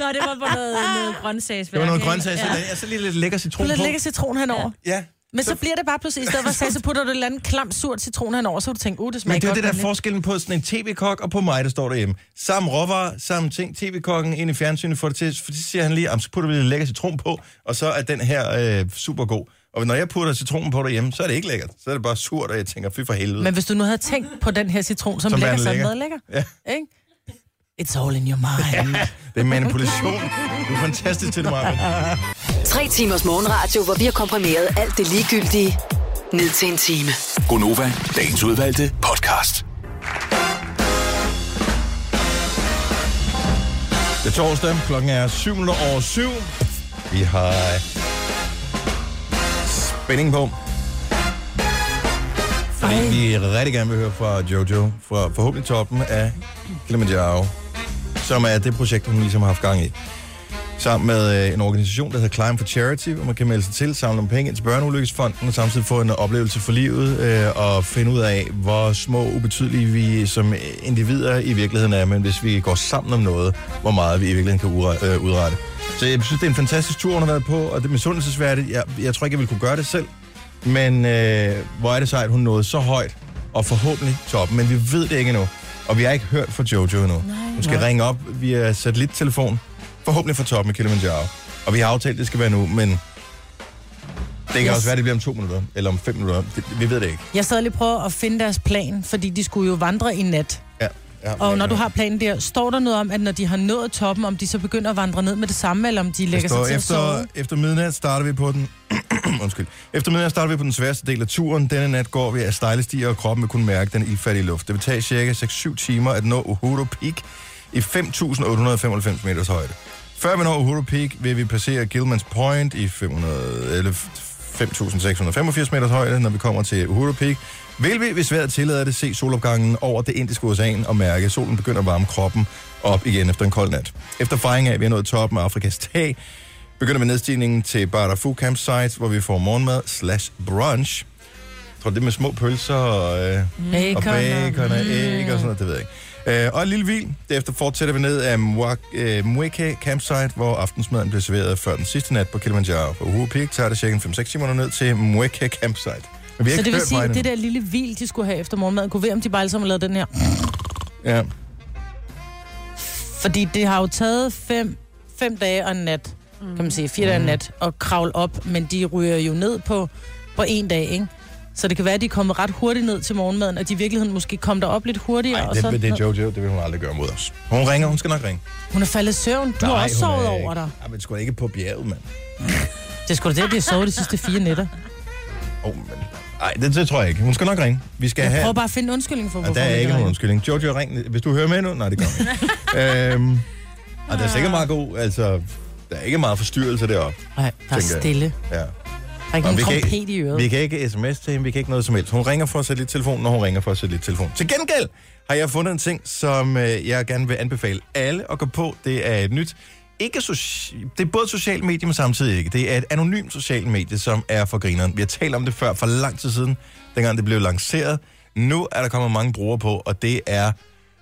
B: Nå, det var på noget,
A: [laughs]
B: noget grøntsagsværk.
A: Det var noget
B: ikke?
A: grøntsags, ja. og så lige lidt lækker citron
C: Lidt
A: på.
C: lækker citron henover. Ja.
A: Ja.
C: Men så bliver det bare pludselig, i stedet for sag, så putter du et eller andet klam, surt citron henover, så vil du tænker, uh, det smager
A: Men det er jo
C: godt.
A: det der er
C: men lidt."
A: forskellen på sådan en tv-kok og på mig, der står derhjemme. Samme råvarer, samme ting. TV-kokken ind i fjernsynet får det til, for så siger han lige, "Am, så putter vi lidt lækker citron på, og så er den her øh, super god. Og når jeg putter citronen på derhjemme, så er det ikke lækkert. Så er det bare surt, og jeg tænker, fy for helvede.
C: Men hvis du nu havde tænkt på den her citron, som,
A: Som
C: som
A: værende
C: lækker, så er den
A: lækker.
C: meget lækker.
A: Ja.
C: Ikke? It's all in your mind.
A: Det er manipulation. Du er fantastisk til det, Maja.
G: Tre timers morgenradio, hvor vi har komprimeret alt det ligegyldige ned til en time.
D: Gonova, dagens udvalgte podcast.
A: Det er torsdag. Klokken er 7 over 7. Vi har øh, spænding på. Fordi vi rigtig gerne vil høre fra Jojo, fra forhåbentlig toppen af Kilimanjaro, som er det projekt, hun ligesom har haft gang i. Sammen med øh, en organisation, der hedder Climb for Charity, hvor man kan melde sig til, samle nogle penge ind til Børneulykkesfonden, og samtidig få en oplevelse for livet, øh, og finde ud af, hvor små ubetydelige vi som individer i virkeligheden er, men hvis vi går sammen om noget, hvor meget vi i virkeligheden kan ure- øh, udrette. Så jeg synes, det er en fantastisk tur, hun har været på, og det er misundelsesværdigt. Jeg, jeg tror ikke, jeg ville kunne gøre det selv, men øh, hvor er det sejt, hun nåede så højt, og forhåbentlig toppen, men vi ved det ikke endnu. Og vi har ikke hørt fra Jojo endnu. Nej, hun skal ringe op via satellittelefon, forhåbentlig fra toppen af Kilimanjaro. Og vi har aftalt, at det skal være nu, men det kan
C: Yes.
A: også være, det bliver om to minutter, eller om fem minutter. Det, vi ved det ikke.
C: Jeg sad lige og prøvede at finde deres plan, fordi de skulle jo vandre i nat.
A: Ja, ja,
C: Og når du har planen der, står der noget om, at når de har nået toppen, om de så begynder at vandre ned med det samme, eller om de lægger sig
A: står
C: til at
A: efter,
C: sove?
A: efter midnat starter vi på den... Undskyld. Efter midnat starter vi på den sværeste del af turen. Denne nat går vi af stejle stier, og kroppen vil kunne mærke den ildfattige luft. Det vil tage cirka 6-7 timer at nå Uhuru Peak i 5.895 meters højde. Før vi når Uhuru Peak, vil vi passere Gilmans Point i 500, eller 5.685 meters højde, når vi kommer til Uhuru Peak. Vil vi, hvis vejret tillader det, se solopgangen over det indiske ocean og mærke, at solen begynder at varme kroppen op igen efter en kold nat. Efter fejring af, at vi er nået toppen af Afrikas tag, begynder med nedstigningen til Barafu Campsite, hvor vi får morgenmad slash brunch. Jeg tror, det er med små pølser og, øh, og
C: Bacon og-
A: bacon og æg og sådan noget, det ved jeg ikke. Øh, og en lille hvil. Derefter fortsætter vi ned af Mwak- øh, Mweke Campsite, hvor aftensmaden blev serveret før den sidste nat på Kilimanjaro. På Uhuru Peak tager det cirka 5-6 timer ned til Mweke Campsite. Men vi har
C: Så
A: ikke
C: det vil
A: hørt
C: sige,
A: fra
C: at det
A: hende.
C: der lille hvil, de skulle have efter morgenmaden, kunne være, om de bare alle sammen lavede den her.
A: Ja.
C: Fordi det har jo taget fem, fem dage og en nat,
A: Mhm.
C: kan man sige, fire dage og en nat, at kravle op, men de ryger jo ned på, på en dag, ikke? Så det kan være, at de er kommet ret hurtigt ned til morgenmaden, og de i virkeligheden måske kom derop lidt hurtigere.
A: Nej,
C: og
A: det,
C: så,
A: det, det er Jojo, det vil hun aldrig gøre mod os. Hun ringer, hun skal nok ringe.
C: Hun er faldet i søvn. Du har
A: Nej,
C: også
A: hun er
C: sovet
A: ikke-
C: over dig.
A: Ej, men sgu da ikke på bjerget, mand.
C: Det er sgu da det, at de har sovet de sidste fire nætter.
A: Oh, men... Ej, det, det, tror jeg ikke. Hun skal nok ringe. Vi skal
C: Jeg
A: have...
C: prøver bare at finde en undskyldning for,
A: Og
C: hvorfor
A: der er
C: hun
A: ikke nogen
C: ringer.
A: undskyldning. Jojo, ring. Hvis du hører med nu... Nej, det kommer
C: [laughs]
A: ikke. øhm, og der er sikkert meget god... Altså, der er ikke meget forstyrrelse deroppe.
C: Nej, der
A: tænker
C: er
A: jeg.
C: stille.
A: Ja.
C: Der er ikke
A: Og
C: en
A: vi, kan
C: trompet i
A: ikke,
C: øret.
A: vi kan ikke sms til hende, vi kan ikke noget som helst. Hun ringer for at sætte lidt telefon, når hun ringer for at sætte lidt telefon. Til gengæld har jeg fundet en ting, som øh, jeg gerne vil anbefale alle at gå på. Det er et nyt, ikke soci- det er både et socialt medie, men samtidig ikke. Det er et anonymt socialt medie, som er for grineren. Vi har talt om det før for lang tid siden, dengang det blev lanceret. Nu er der kommet mange brugere på, og det er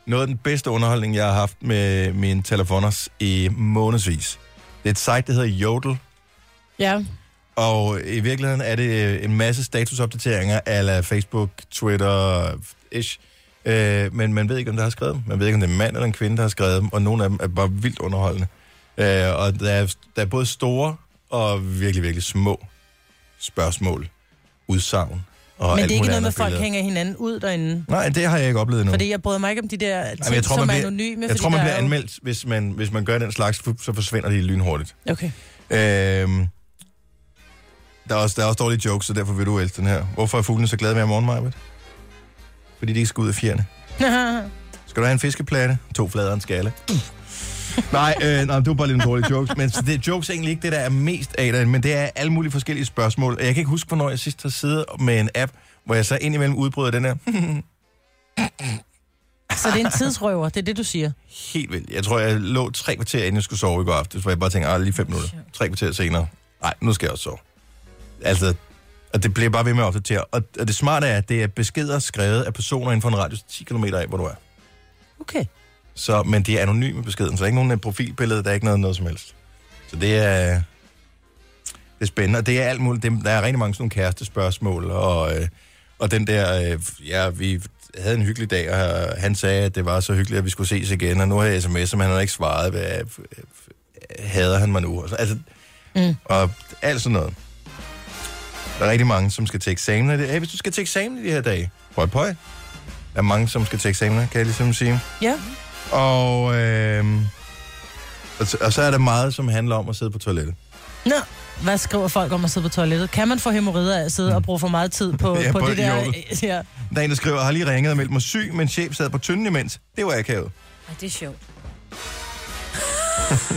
A: noget af den bedste underholdning, jeg har haft med mine telefoners i månedsvis. Det er et site, der hedder Jodel,
C: Ja,
A: og i virkeligheden er det øh, en masse statusopdateringer ala Facebook, Twitter, ish. Øh, men man ved ikke, om der har skrevet dem. Man ved ikke, om det er en mand eller en kvinde, der har skrevet dem. Og nogle af dem er bare vildt underholdende. Øh, og der er, der er både store og virkelig, virkelig små spørgsmål, udsagn og alt
C: men det er ikke
A: muligt
C: noget
A: andet
C: med, at folk
A: billeder.
C: hænger hinanden ud derinde.
A: Nej, det har jeg ikke oplevet endnu.
C: Fordi jeg bryder mig ikke om de der ting,
A: Ej, men jeg tror,
C: som
A: man
C: er
A: bliver,
C: anonyme.
A: jeg
C: fordi
A: tror, man
C: der
A: bliver
C: er jo-
A: anmeldt, hvis man, hvis man gør den slags, så forsvinder de lynhurtigt. [laughs]
C: Okay.
A: Øhm, der, er også, der er også dårlige jokes, så derfor vil du elske den her. Hvorfor er fuglene så glade ved morgen, Majbet? Fordi de ikke skal ud af fjerne. Skal du have en fiskeplade? To flader og en skalle. [laughs] nej, øh, nej, du er bare lidt en dårlig jokes. Men så det, er jokes er egentlig ikke det, der er mest af det, men det er alle mulige forskellige spørgsmål. Og Jeg kan ikke huske, hvornår jeg sidst har siddet med en app, hvor jeg så indimellem udbryder den her.
C: så det er en tidsrøver, det er det, du siger.
A: Helt vildt. Jeg tror, jeg lå tre kvarter, inden jeg skulle sove i går aftes, hvor jeg bare tænkte, ah, lige fem minutter. Tre kvarter senere. Nej, nu skal jeg også sove. Altså, og det bliver bare ved med at opdatere. Og, og det smarte er, at det er beskeder skrevet af personer inden for en radius 10 km af, hvor du er.
C: Okay.
A: Så, men det er anonyme beskeden, så der er ikke nogen øh, profilbillede, der er ikke noget, noget som helst. Så det er, det er spændende, og det er alt muligt. Det, der er rigtig mange sådan nogle kærestespørgsmål, og, øh, og den der, øh, ja, vi havde en hyggelig dag, og øh, han sagde, at det var så hyggeligt, at vi skulle ses igen, og nu har jeg sms, men han har ikke svaret, hvad øh, øh, hader han mig nu? Og, så, altså, mm. og alt sådan noget. Der er rigtig mange, som skal til eksamen. i det. Hey, hvis du skal til eksamen i de her dage, prøv pøj. Der er mange, som skal til eksamener, kan jeg ligesom sige.
C: Ja,
A: Og, øh, og, så, og så er der meget, som handler om at sidde på toilettet.
C: Nå, hvad skriver folk om at sidde på toilettet? Kan man få hemorrider af at sidde og bruge for meget tid
A: [laughs]
C: på,
A: Ja,
C: ja, på,
A: på
C: det der?
A: jordet.
C: [laughs] Ja.
A: Der er en, der skriver, har lige ringet og meldt mig syg, men chef sad på tynden imens. Det var akavet.
B: Ej, det er sjovt.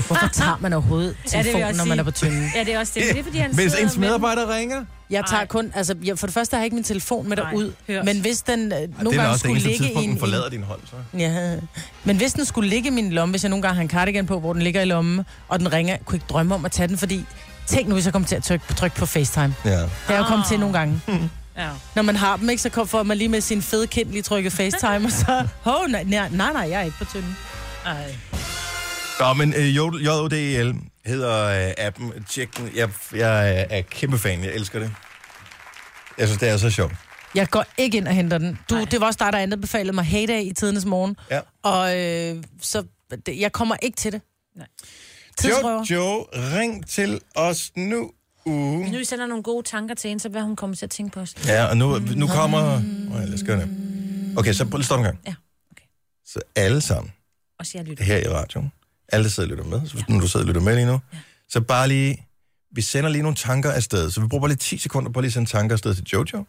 C: Hvorfor tager man overhovedet
B: Ja, det vil
C: telefonen,
B: jeg også
C: når man
B: sige.
C: er på tynden?
B: Ja, det er også det. Men Det er, fordi han
A: Hvis
B: sidder
A: ens
B: med-
A: medarbejder ringer,
C: Jeg tager kun, altså jeg, for det første har jeg ikke min telefon med
B: Nej,
C: derud,
B: hørs.
C: men hvis den øh,
A: det
C: nogle
A: er da
C: gange
A: også det
C: skulle
A: eneste
C: ligge i
A: tidspunkt, den
C: en,
A: forlader din hånd. Så.
C: Ja, men hvis den skulle ligge i min lomme, hvis jeg nogle gange har en cardigan på, hvor den ligger i lommen, og den ringer, kunne jeg ikke drømme om at tage den, fordi tænk nu, hvis jeg kommer til at trykke, trykke på FaceTime.
A: Ja.
C: Det er jo kommet
B: Ah.
C: til nogle gange.
B: Ja.
C: Når man har dem, ikke, så får man lige med sin fede kind lige trykket FaceTime, og [laughs] så, hov, nej, nej, nej, nej, jeg er ikke på tynden.
B: Ej.
A: Nå, men øh, Jodel, J-O-D-E-L hedder øh, appen. Tjek den. Jeg, jeg øh, er kæmpe fan. Jeg elsker det. Jeg synes, det er så sjovt.
C: Jeg går ikke ind og henter den. Du, det var også dig, der anbefalede mig heyday i tidernes morgen.
A: Ja.
C: Og øh, så, det, jeg kommer ikke til det.
B: Nej.
C: Tidsrøver.
A: Jojo, ring til os nu. Uh.
B: Nu sender nogle gode tanker til hende, så hvad hun kommer til at tænke på os.
A: Ja, og
B: Mm.
A: nu, nu kommer... Oh, ja, lad os gøre det. Okay, så prøv- stop en gang.
B: Ja, okay.
A: Så alle sammen
B: Og så jeg lytter.
A: her i radioen, alle der sidder og lytter med, så hvis nu du sidder og lytter med lige nu, så bare lige... Vi sender lige nogle tanker afsted, så vi bruger bare lige 10 sekunder på at lige sende tanker afsted til Jojo.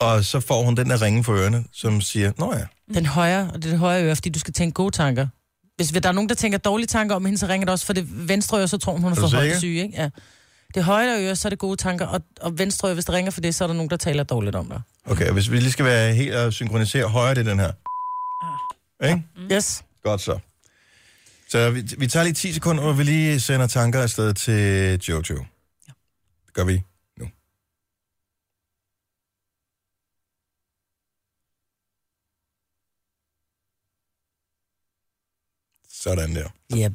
A: Og så får hun den der ringe for ørerne, som siger, Nå ja,
C: Den højre, og det er det højre øre, fordi du skal tænke gode tanker. Hvis der er nogen, der tænker dårlige tanker om hende, så ringer det også for det venstre øre, så tror hun, hun er
A: du
C: for
A: sikker?
C: højt syg, ikke? Ja. Det højre øre, så er det gode tanker, og, og venstre øre, hvis det ringer for det, så er der nogen, der taler dårligt om dig.
A: okay, hvis vi lige skal være helt og synkronisere højere, det er den her.
B: Ah.
A: Ikke?
C: Mm. Yes.
A: Godt så. Så vi, vi tager lige 10 sekunder, hvor vi lige sender tanker afsted til Jojo. Det gør vi nu. Sådan der.
C: Yep.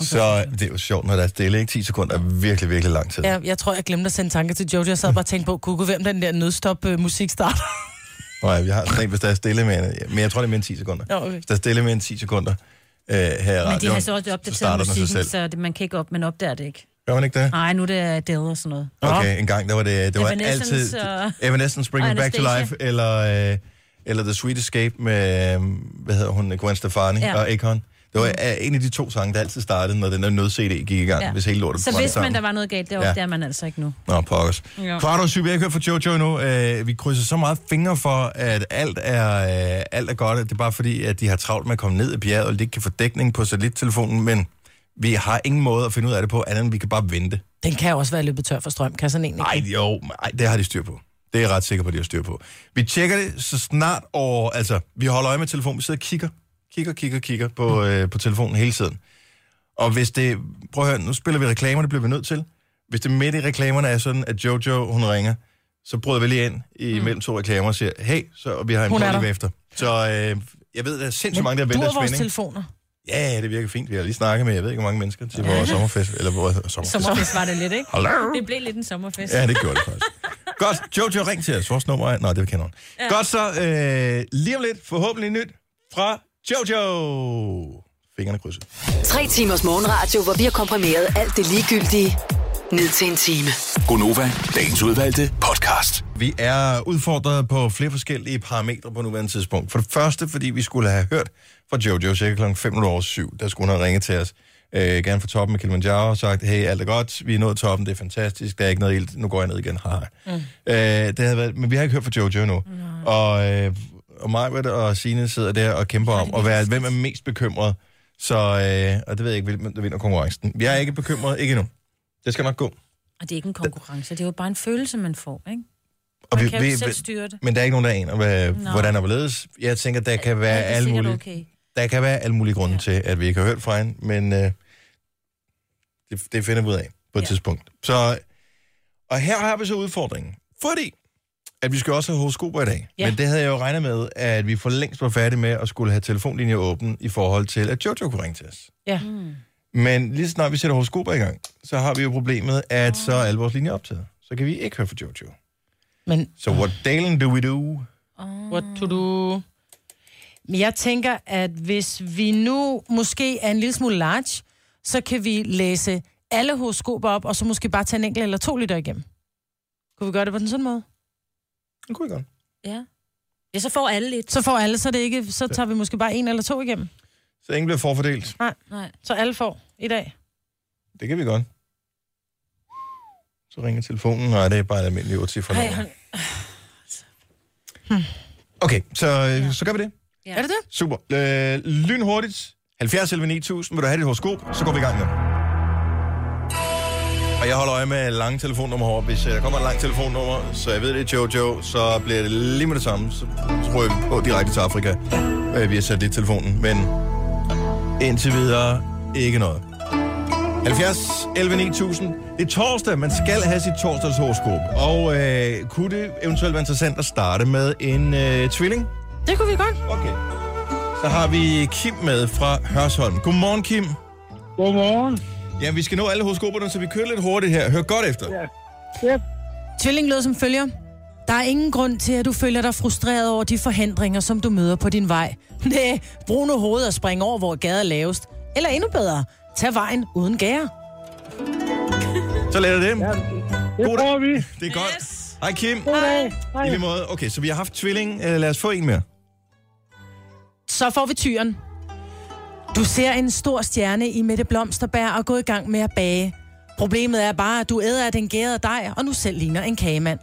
A: Så det er jo sjovt, når der er stille, ikke? 10 sekunder er virkelig, virkelig lang tid.
C: Ja, jeg tror, jeg glemte at sende tanker til Jojo. Jeg sad bare og tænkte på, kunne hvem den der nødstop-musik starter?
A: Nej, vi har sådan en, hvis der er stille mere end, men jeg tror, det er mere end 10 sekunder.
C: Nå, okay.
A: Hvis der er stille mere end 10 sekunder øh, her i radioen,
B: Men de har så også
A: starter
B: opdateret
A: den af sig
B: musikken,
A: selv.
B: så det, man kan ikke op, man opdager det ikke.
A: Gør man ikke det?
B: Nej, nu er det Adele og sådan noget.
A: Okay, en gang, der var det, det var
B: Evanescence
A: altid
B: og-
A: Evanescence Bring
B: og
A: Me Back to
B: Anastasia.
A: Life, eller, øh, eller The Sweet Escape med, øh, hvad hedder hun, Gwen Stefani
B: Ja.
A: ja. og Akon. Det var øh, en af de to sange, der altid startede, når den der nød-CD gik i gang, ja. hvis hele lortet
B: Så
A: brændte
B: hvis man,
A: sammen.
B: der var noget galt, det
A: Ja.
B: ja. er man altså ikke nu.
A: Nå, pokkers.
B: Ja.
A: Kvart over syv, vi har ikke hørt fra Jojo nu. Øh, vi krydser så meget fingre for, at alt er, øh, alt er godt. Det er bare fordi, at de har travlt med at komme ned i bjerget, og de ikke kan få dækning på satellittelefonen, men vi har ingen måde at finde ud af det på, andet end vi kan bare vente.
C: Den kan også være løbet tør for strøm, kan sådan en ikke?
A: Nej, jo, nej, det har de styr på. Det er jeg ret sikker på, at de har styr på. Vi tjekker det så snart over... Altså, vi holder øje med telefonen. Vi sidder og kigger, kigger, kigger, kigger
C: Mm.
A: på, øh, på telefonen hele tiden. Og hvis det... Prøv at høre, nu spiller vi reklamer, det bliver vi nødt til. Hvis det midt i reklamerne er sådan, at Jojo, hun ringer, så bryder vi lige ind i mm. mellem to reklamer og siger, hey, så og vi har en
C: Hun er
A: plan
C: der.
A: lige efter. Så øh, jeg ved, der er sindssygt mange, der
C: du
A: venter
C: har vores
A: spænding.
C: telefoner.
A: Ja, ja, det virker fint. Vi har lige snakket med, jeg ved ikke, hvor mange mennesker til vores sommerfest. Eller vores sommerfest.
B: Sommerfest var det lidt, ikke?
A: Hallo?
B: Det blev lidt en sommerfest.
A: Ja, det gjorde det faktisk. Godt, Jojo, ring til os. Vores nummer er... Nå, det kender hun. Ja. Godt så, øh, lige om lidt, forhåbentlig nyt fra Jojo. Fingrene krydset.
G: Tre timers morgenradio, hvor vi har komprimeret alt det ligegyldige ned til en time.
D: Gonova, dagens udvalgte podcast.
A: Vi er udfordret på flere forskellige parametre på nuværende tidspunkt. For det første, fordi vi skulle have hørt fra Jojo cirka kl. 5 over 7, der skulle hun have ringet til os. Øh, gerne fra toppen af Kilimanjaro og sagt, hey, alt er godt, vi er nået toppen, det er fantastisk, der er ikke noget ild, nu går jeg ned igen, haha. Mm. Øh, det havde været, men vi har ikke hørt fra Jojo endnu. Mm. Og, øh, og Majbert og Signe sidder der og kæmper om at være, hvem er mest bekymret. Så, øh, og det ved jeg ikke, hvem der vinder konkurrencen. Jeg er ikke bekymret, ikke endnu. Det skal nok gå.
B: Og det er ikke en konkurrence, det er jo bare en følelse, man får, ikke?
A: Og
B: Man kan jo ikke selv styre det.
A: Men der er ikke nogen, der aner, hvad,
B: Nå.
A: hvordan og hvorledes. Jeg tænker, der kan være
B: det er
A: alle
B: sikkert
A: mulige,
B: okay.
A: der kan være alle mulige grunde ja. til, at vi ikke har hørt fra hende, men øh, det, det finder vi ud af på et ja.
B: Ja.
A: tidspunkt. Så, og her har vi så udfordringen, fordi at vi skal også have horoskoper i dag. Ja.
B: Ja.
A: Men det havde jeg jo regnet med, at vi for længst var færdige med at skulle have telefonlinjer åben i forhold til, at Jojo kunne ringe til os.
C: Ja.
A: Men lige så snart vi sætter horoskoper i gang, så har vi jo problemet, at så er alle vores linjer optaget. Så kan vi ikke høre fra Jojo.
C: Men
A: Så what dalen do we do?
C: what to do? Men jeg tænker, at hvis vi nu måske er en lille smule large, så kan vi læse alle horoskoper op, og så måske bare tage en enkelt eller to liter igennem. Kunne vi gøre det på den sådan måde?
A: Det kunne jeg godt.
B: Ja. Ja, så får alle lidt.
C: Så får alle, så, er det ikke, så tager vi måske bare en eller to igennem.
A: Så ingen bliver forfordelt.
B: Nej.
C: Så alle får i dag.
A: Det kan vi godt. Så ringer telefonen, og det er bare et almindeligt ord til
B: Ej, hold-
A: Okay, så, ja. så gør vi det.
B: Ja.
C: Er det det?
A: Super. Øh, lynhurtigt. 70 11 9000. Vil du have dit horoskop? Så går vi i gang med det. Og jeg holder øje med lange telefonnummer heroppe. Hvis øh, der kommer et langt telefonnummer, så jeg ved, det er Jojo, så bliver det lige med det samme. Så tror jeg på direkte til Afrika. Øh, vi har sat det i telefonen, men indtil videre ikke noget. 70 11 9000. Det er torsdag, man skal have sit torsdagshoroskop. Og øh, kunne det eventuelt være interessant at starte med en øh, tvilling?
C: Det kunne vi godt.
A: Okay. Så har vi Kim med fra Hørsholm. Godmorgen, Kim.
H: Godmorgen.
A: Ja, vi skal nå alle horoskoperne, så vi kører lidt hurtigt her. Hør godt efter. Ja.
C: Tvilling lød som følger. Der er ingen grund til, at du føler dig frustreret over de forhindringer, som du møder på din vej. [laughs] Næh, brug nu hovedet og spring over, hvor gader er lavest. Eller endnu bedre, tag vejen uden gære.
A: Så lader det. Ja.
H: Det
A: God-
H: prøver vi.
A: Det er godt. Yes. Hej, Kim.
H: Goddag. Hej.
A: I lige måde. Okay, så vi har haft tvilling. Øh, Lad os få en mere.
C: Så får vi tyren. Du ser en stor stjerne i Mette Blomsterbær og går i gang med at bage. Problemet er bare, at du æder af den gærede dej, og nu selv ligner en kagemand.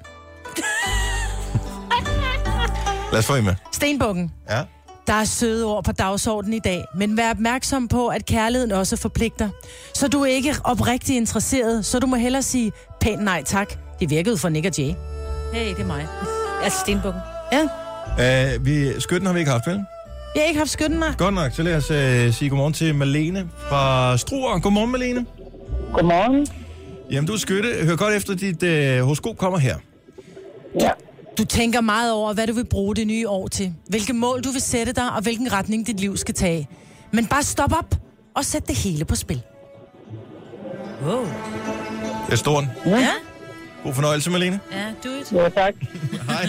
A: Lad os få en mere.
C: Stenbukken.
A: Ja.
C: Der er søde ord på dagsordenen i dag, men vær opmærksom på, at kærligheden også forpligter. Så du er ikke oprigtig interesseret, så du må hellere sige pænt nej tak. Det virkede for Nick og Jay.
B: Hey, det er mig. Altså stenbukken.
C: Ja,
A: Øh, vi, skytten har vi ikke haft, vel?
C: jeg har ikke haft skytten mig.
A: Godt nok. Så lad os øh, sige godmorgen til Malene fra Struer. Godmorgen, Malene.
H: Godmorgen.
A: Jamen, du er skytte. Hør godt efter, dit øh, horoskop kommer her.
H: Ja.
C: Du tænker meget over, hvad du vil bruge det nye år til. Hvilke mål du vil sætte dig, og hvilken retning dit liv skal tage. Men bare stop op og sæt det hele på spil.
B: Wow.
A: Det er stort.
B: Ja,
A: God fornøjelse, Malene.
B: ja, do it.
H: Ja, tak.
A: Hej.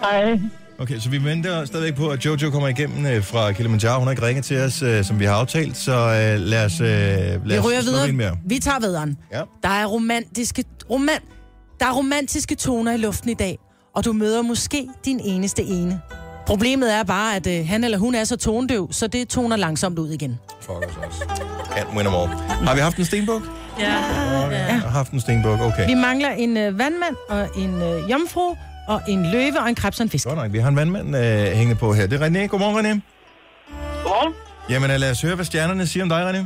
H: Hej.
A: Okay, så vi venter stadigvæk på, at Jojo kommer igennem øh, fra Kilimanjaro. Hun har ikke ringet til os, øh, som vi har aftalt, så øh, lad os... Øh, lad
C: Vi
A: os
C: ryger
A: slå ind
C: videre.
A: mere.
C: Vi tager vederen.
A: Ja.
C: Der er romantiske, roman, der er romantiske toner i luften i dag, og du møder måske din eneste ene. Problemet er bare, at øh, han eller hun er så tonedøv, så det toner langsomt ud igen.
A: Fuck os også. Can't win 'em all. Har vi haft en stenbuk?
B: Ja.
A: Ja. Har haft en stenbuk, okay.
C: Vi mangler en øh, vandmand og en øh, jomfru og en løve og en krebs og en fisk.
A: Godt nok, vi har en vandmand øh, hængende på her. Det er René. Godmorgen, René.
H: Godmorgen.
A: Jamen, øh, lad os høre, hvad stjernerne siger om dig, René.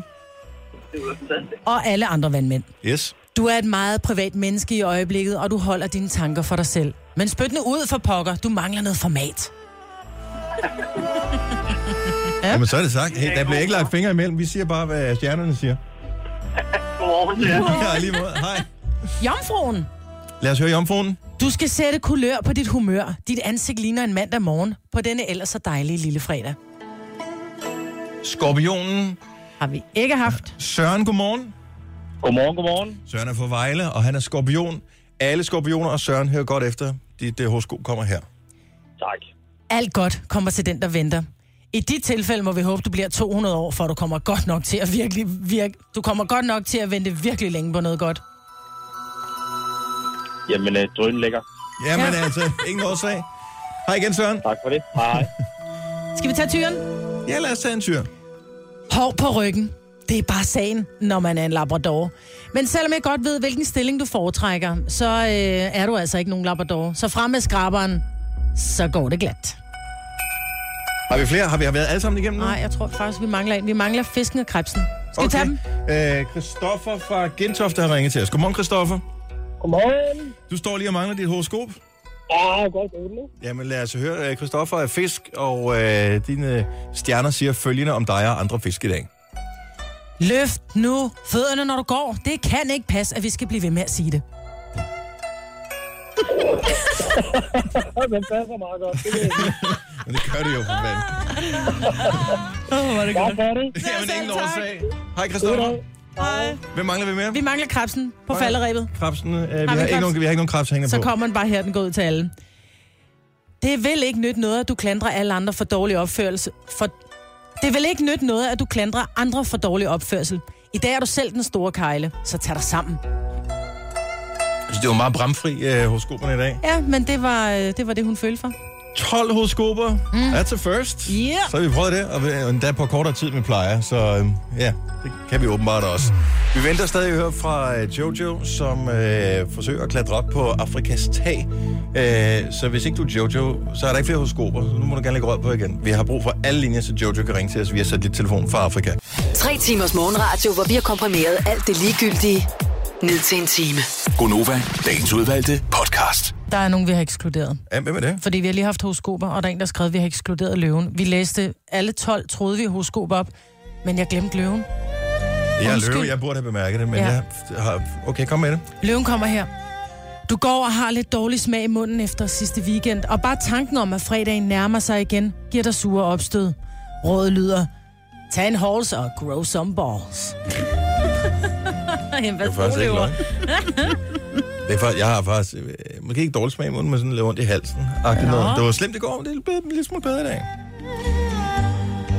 C: Og alle andre vandmænd.
A: Yes.
C: Du er et meget privat menneske i øjeblikket, og du holder dine tanker for dig selv. Men spyt nu ud for pokker, du mangler noget format.
A: Jamen, så er det sagt. Hey, der bliver ikke lagt fingre imellem. Vi siger bare, hvad stjernerne siger.
H: Godmorgen til jer.
A: [laughs] Ja, lige måde. Hej.
C: Jomfruen,
A: Lad os høre jomfruen.
C: du skal sætte kulør på dit humør. Dit ansigt ligner en mandag morgen på denne ellers så dejlige lille fredag.
A: Skorpionen.
C: Har vi ikke haft.
A: Søren, godmorgen.
H: Godmorgen, godmorgen.
A: Søren er fra Vejle, og han er skorpion. Alle skorpioner og Søren hører godt efter. Dit det horoskop kommer her.
H: Tak.
C: Alt godt kommer til den, der venter. I dit tilfælde må vi håbe, du bliver 200 år, for du kommer godt nok til at virkelig virke. Du kommer godt nok til at vente virkelig længe på noget godt.
H: Jamen, øh, drøn lækker.
A: Jamen ja. altså, ingen årsag. Hej igen, Søren.
H: Tak for det. Hej, hej.
C: Skal vi tage tyren?
A: Ja, lad os tage en tyr.
C: Hår på ryggen. Det er bare sagen, når man er en labrador. Men selvom jeg godt ved, hvilken stilling du foretrækker, så øh, er du altså ikke nogen labrador. Så frem med skraberen, så går det glat.
A: Har vi flere? Har vi har vi været alle sammen igennem nu?
C: Nej, jeg tror faktisk, vi mangler en. Vi mangler fisken og krebsen. Skal okay. vi tage dem?
A: tage dem? Øh, Christoffer fra Gentofte har ringet til os. Godmorgen, Christoffer.
H: Godmorgen.
A: Du står lige og mangler dit horoskop.
H: Ja, godt gået.
A: Jamen lad os høre, øh, Christoffer er fisk, og øh, dine stjerner siger følgende om dig og andre fisk i dag.
C: Løft nu fødderne, når du går. Det kan ikke passe, at vi skal blive ved med at sige det.
H: Den passer meget godt. Det er
A: Men det gør det jo for fanden.
H: det. Tak for det.
A: Jamen ingen årsag. Hej Christoffer.
C: Hej.
A: Hvem mangler vi mere?
C: Vi mangler krebsen på
A: Mangler-
C: falderæbet.
A: Krabsen. Øh, vi, har
C: vi
A: ikke
C: krebs?
A: nogen, vi har ikke nogen krebs hængende
C: Så
A: på.
C: kommer den bare her, den går ud til alle. Det vil ikke nytte noget, at du klandrer alle andre for dårlig opførelse. For det vil ikke nytte noget, at du klandrer andre for dårlig opførsel. I dag er du selv den store kejle, så tag dig sammen.
A: Så Altså, det var meget bramfri øh, horoskoperne i dag.
C: Ja, men det var øh, det, var det hun følte for.
A: 12 horoskoper. Mm. That's a first.
C: Yeah.
A: Så har vi prøvet det, og vi- og endda på kortere tid, end vi plejer. Så øh, ja, det kan vi åbenbart også. Vi venter stadig at høre fra øh, Jojo, som øh, forsøger at klatre op på Afrikas tag. Øh, så hvis ikke du er Jojo, så er der ikke flere horoskoper. Så nu må du gerne lægge rød på igen. Vi har brug for alle linjer, så Jojo kan ringe til os. Vi har sat lidt telefon fra Afrika.
G: Tre timers morgenradio, hvor vi har komprimeret alt det ligegyldige ned til en time.
D: Gonova, dagens udvalgte podcast.
C: Der er nogen, vi har ekskluderet.
A: Ja, hvem er det?
C: Fordi vi har lige haft horoskoper, og der er en, der skrev, at vi har ekskluderet løven. Vi læste alle 12, troede vi horoskop op, men jeg glemte løven.
A: Jeg er
C: Undskyld.
A: løve, jeg burde have bemærket det, men
C: Ja.
A: ja. jeg har... Okay, kom med det.
C: Løven kommer her. Du går og har lidt dårlig smag i munden efter sidste weekend, og bare tanken om, at fredagen nærmer sig igen, giver dig sure opstød. Rådet lyder, tag en hals og grow some balls.
B: Jamen, hvad
A: Det er faktisk ikke
B: troede
A: løgn. Det er faktisk, jeg har faktisk, øh, måske ikke dårlig smag i munden, men sådan lidt ondt i halsen. Agtigt noget. Det var slemt i går, men det er blevet en lille smule bedre i dag.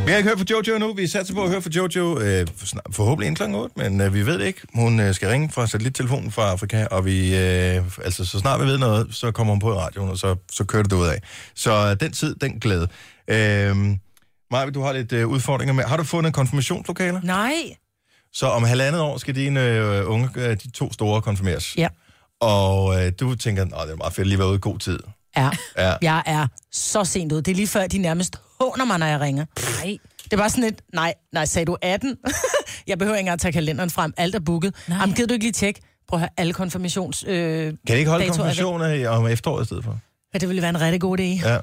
A: Vi har ikke hørt fra Jojo nu. Vi satser på at høre fra Jojo øh, for snart, forhåbentlig inden klokken 8, men øh, vi ved det ikke. Hun øh, skal ringe fra satellittelefonen fra Afrika, og vi, øh, altså, så snart vi ved noget, så kommer hun på i radioen, og så, så kører det af. Så øh, den tid, den glæde. Øh, Maja, du har lidt øh, udfordringer med. Har du fundet konfirmationslokaler?
C: Nej.
A: Så om halvandet år skal dine øh, unge, øh, de to store konfirmeres.
C: Ja.
A: Og øh, du tænker, at det er meget fedt lige at være ude i god tid.
C: Ja.
A: Ja.
C: Jeg er så sent ud. Det er lige før, de nærmest håner mig, når jeg ringer.
B: Nej.
C: Det var sådan et, nej, nej, sagde du 18? [laughs] jeg behøver ikke engang at tage kalenderen frem. Alt er booket. Jamen, gider du ikke lige tjekke? Prøv at høre, alle konfirmations... Øh,
A: Kan I ikke holde
C: Dato er
A: konfirmationer i- om efteråret i stedet for?
C: ja, det ville være en rigtig god idé.
A: Ja.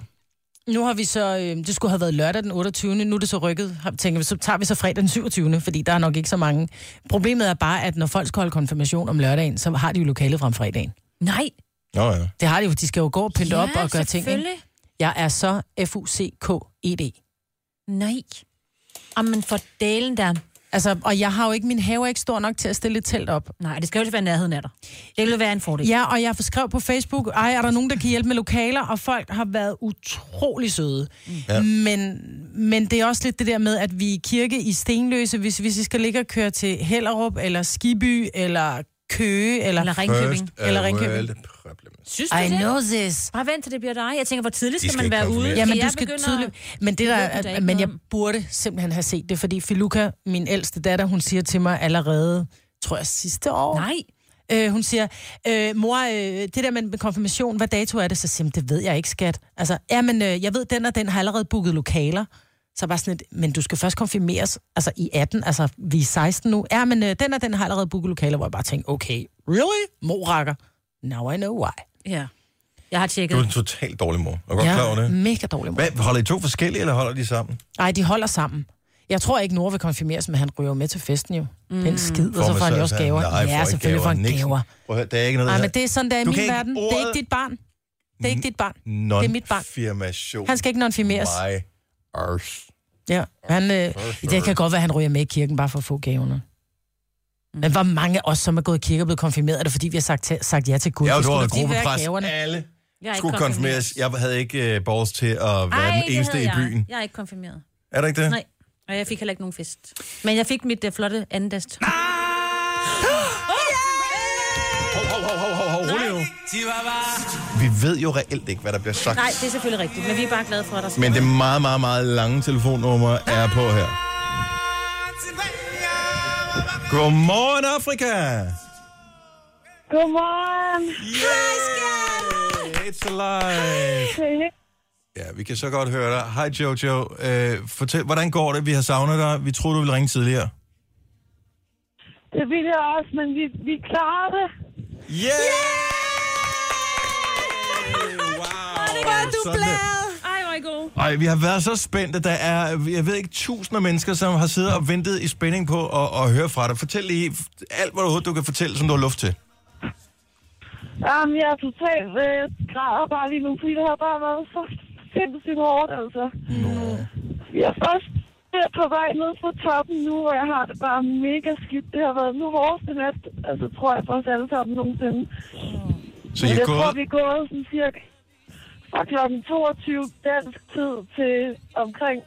C: Nu har vi så, øh, det skulle have været lørdag den 28. Nu er det så rykket. Har- Tænker vi, så tager vi så fredag den 27. Fordi der er nok ikke så mange. Problemet er bare, at når folk skal holde konfirmation om lørdagen, så har de jo lokalet frem fredagen.
B: Nej.
A: Nå ja.
C: Det har de jo. De skal jo gå og pynte
B: ja,
C: op og gøre ting. Ikke?
B: selvfølgelig.
C: Jeg er så f u c k e d
B: Nej. Jamen, for dalen der.
C: Altså, og jeg har jo ikke, min have er ikke stor nok til at stille et telt op.
B: Nej, det skal jo ikke være i nærheden af dig. Det ville være en fordel.
C: Ja, og jeg skrev på Facebook, ej, er der nogen, der kan hjælpe med lokaler? Og folk har været utrolig søde.
A: Ja.
C: Ja. Men, men det er også lidt det der med, at vi i kirke i Stenløse, hvis, hvis I skal ligge og køre til Hellerup, eller Skiby, eller Køge, eller...
B: Eller
A: First uh,
B: Ringkøbing.
A: eller
C: Eller Ringkøbing.
A: Ringkøbing. Problems.
B: Synes du det?
C: this.
B: Bare vent til det bliver dig. Jeg tænker, hvor tidligt
A: De
B: skal,
A: skal
B: man
A: ikke
B: være ude?
A: konfirmeres.
C: Ja, men
B: Jeg
C: du skal
B: begynder-
C: tydeligt... Men, det der,
B: Jeg ved det da
C: er,
B: ikke
C: men jeg
B: noget om.
C: burde simpelthen have set det, fordi Filuka, min ældste datter, hun siger til mig allerede, tror jeg, sidste år.
B: Nej.
C: Øh, hun siger, øh, mor, øh, det der med, med konfirmation, hvad dato er det? Så siger jeg, "Men det ved jeg ikke, skat. Altså, ja, men øh, jeg ved, den og den har allerede booket lokaler. Så bare sådan et, men du skal først konfirmeres, altså i 18, altså vi er 16 nu. Ja, men øh, den og den har allerede booket lokaler, hvor jeg bare tænker, okay, really? Mor rakker. Now I know why.
B: Ja. Jeg har tjekket.
A: Du er en totalt dårlig mor. Jeg er godt klar over det.
C: mega dårlig mor.
A: Hvad, holder I to forskellige, eller holder de sammen?
C: Nej, de holder sammen. Jeg tror ikke, Nora vil konfirmeres, men han ryger jo med til festen jo. Mm. Den skid, og så får han jo også gaver.
A: Nej, får
C: ja,
A: ikke
C: selvfølgelig får han
A: Nixon.
C: gaver.
A: Prøv at høre, der er ikke noget,
C: Nej,
A: der
C: men det er sådan, der er i
A: Du
C: min
A: kan ikke
C: verden. Det er
A: ordet-
C: ikke dit barn. Det er ikke dit barn.
A: hedder
C: det er mit barn.
A: non-firmation.
C: Han skal ikke nonfirmeres.
A: My earth.
C: Ja, han, øh, det kan godt være, han ryger med i kirken bare for at få gaverne. Men hvor mange af os, som er gået i kirke og blevet konfirmeret, er det fordi, vi har sagt, til, sagt ja til Gud?
A: Jeg
C: Så
A: var
C: skulle
A: jo
C: det lige være
A: gruppepræst.
C: gaverne.
A: Alle
B: Jeg er ikke
A: skulle konfirmeres. Jeg havde ikke uh, balls til at være
B: Ej,
A: den eneste
B: det
A: i
B: havde
A: byen.
B: Jeg. jeg er ikke konfirmeret.
A: Er der ikke det?
B: Nej. Og jeg fik heller ikke nogen fest. Men jeg fik mit uh, flotte Ah! andendags
A: Ah!
B: tøj.
A: Hov, hov, hov, hov, hov, hov, rolig nu. Vi ved jo reelt ikke, hvad der bliver sagt.
B: Nej, det er selvfølgelig rigtigt, men vi er bare glade for, at der
A: Men det meget, meget, meget lange telefonnummer er på her. Godmorgen, Afrika!
H: Godmorgen.
A: Hej, skat! It's alive! Ja, vi kan så godt høre dig. Hej, Jojo. Øh, fortæl, hvordan går det? Vi har savnet dig. Vi troede, du ville ringe tidligere.
H: Det vil jeg også, men vi, vi klarer det.
A: Yeah! Wow! Sådan der.
B: Ej, hvor er I gode.
A: Ej, vi har været så spændte. Der er, jeg ved ikke, tusinder af mennesker, som har siddet og ventet i spænding på at, at høre fra dig. Fortæl lige alt, hvad du overhovedet du kan fortælle, som du har luft til.
H: Jamen, jeg er totalt øh, græder bare lige nu, fordi det har bare været så sindssygt hårdt, altså. Jeg er først her på vej ned fra toppen nu, og jeg har det bare mega skidt. Det har været nu hårdeste nat, altså tror jeg for os alle sammen nogensinde.
A: Så
H: Men
A: I er
H: jeg tror,
A: gået...
H: vi er gået sådan cirka fra kl. 22 dansk tid til omkring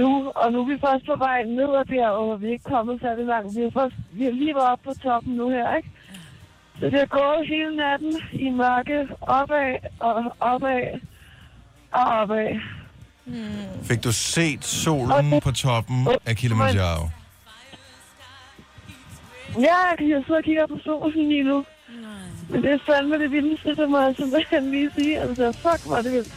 H: nu, og nu er vi først på vej ned ad bjerget, og vi er ikke kommet særlig langt. Vi er, først, vi er lige været oppe på toppen nu her, ikke? Så det har gået hele natten i mørke, opad og opad og opad.
A: Fik du set solen på toppen af Kilimanjaro?
H: Ja, jeg sidder og kigger på solen lige nu. Men det er fandme det vildeste, det må jeg simpelthen lige sige. Altså, fuck, var det vildt.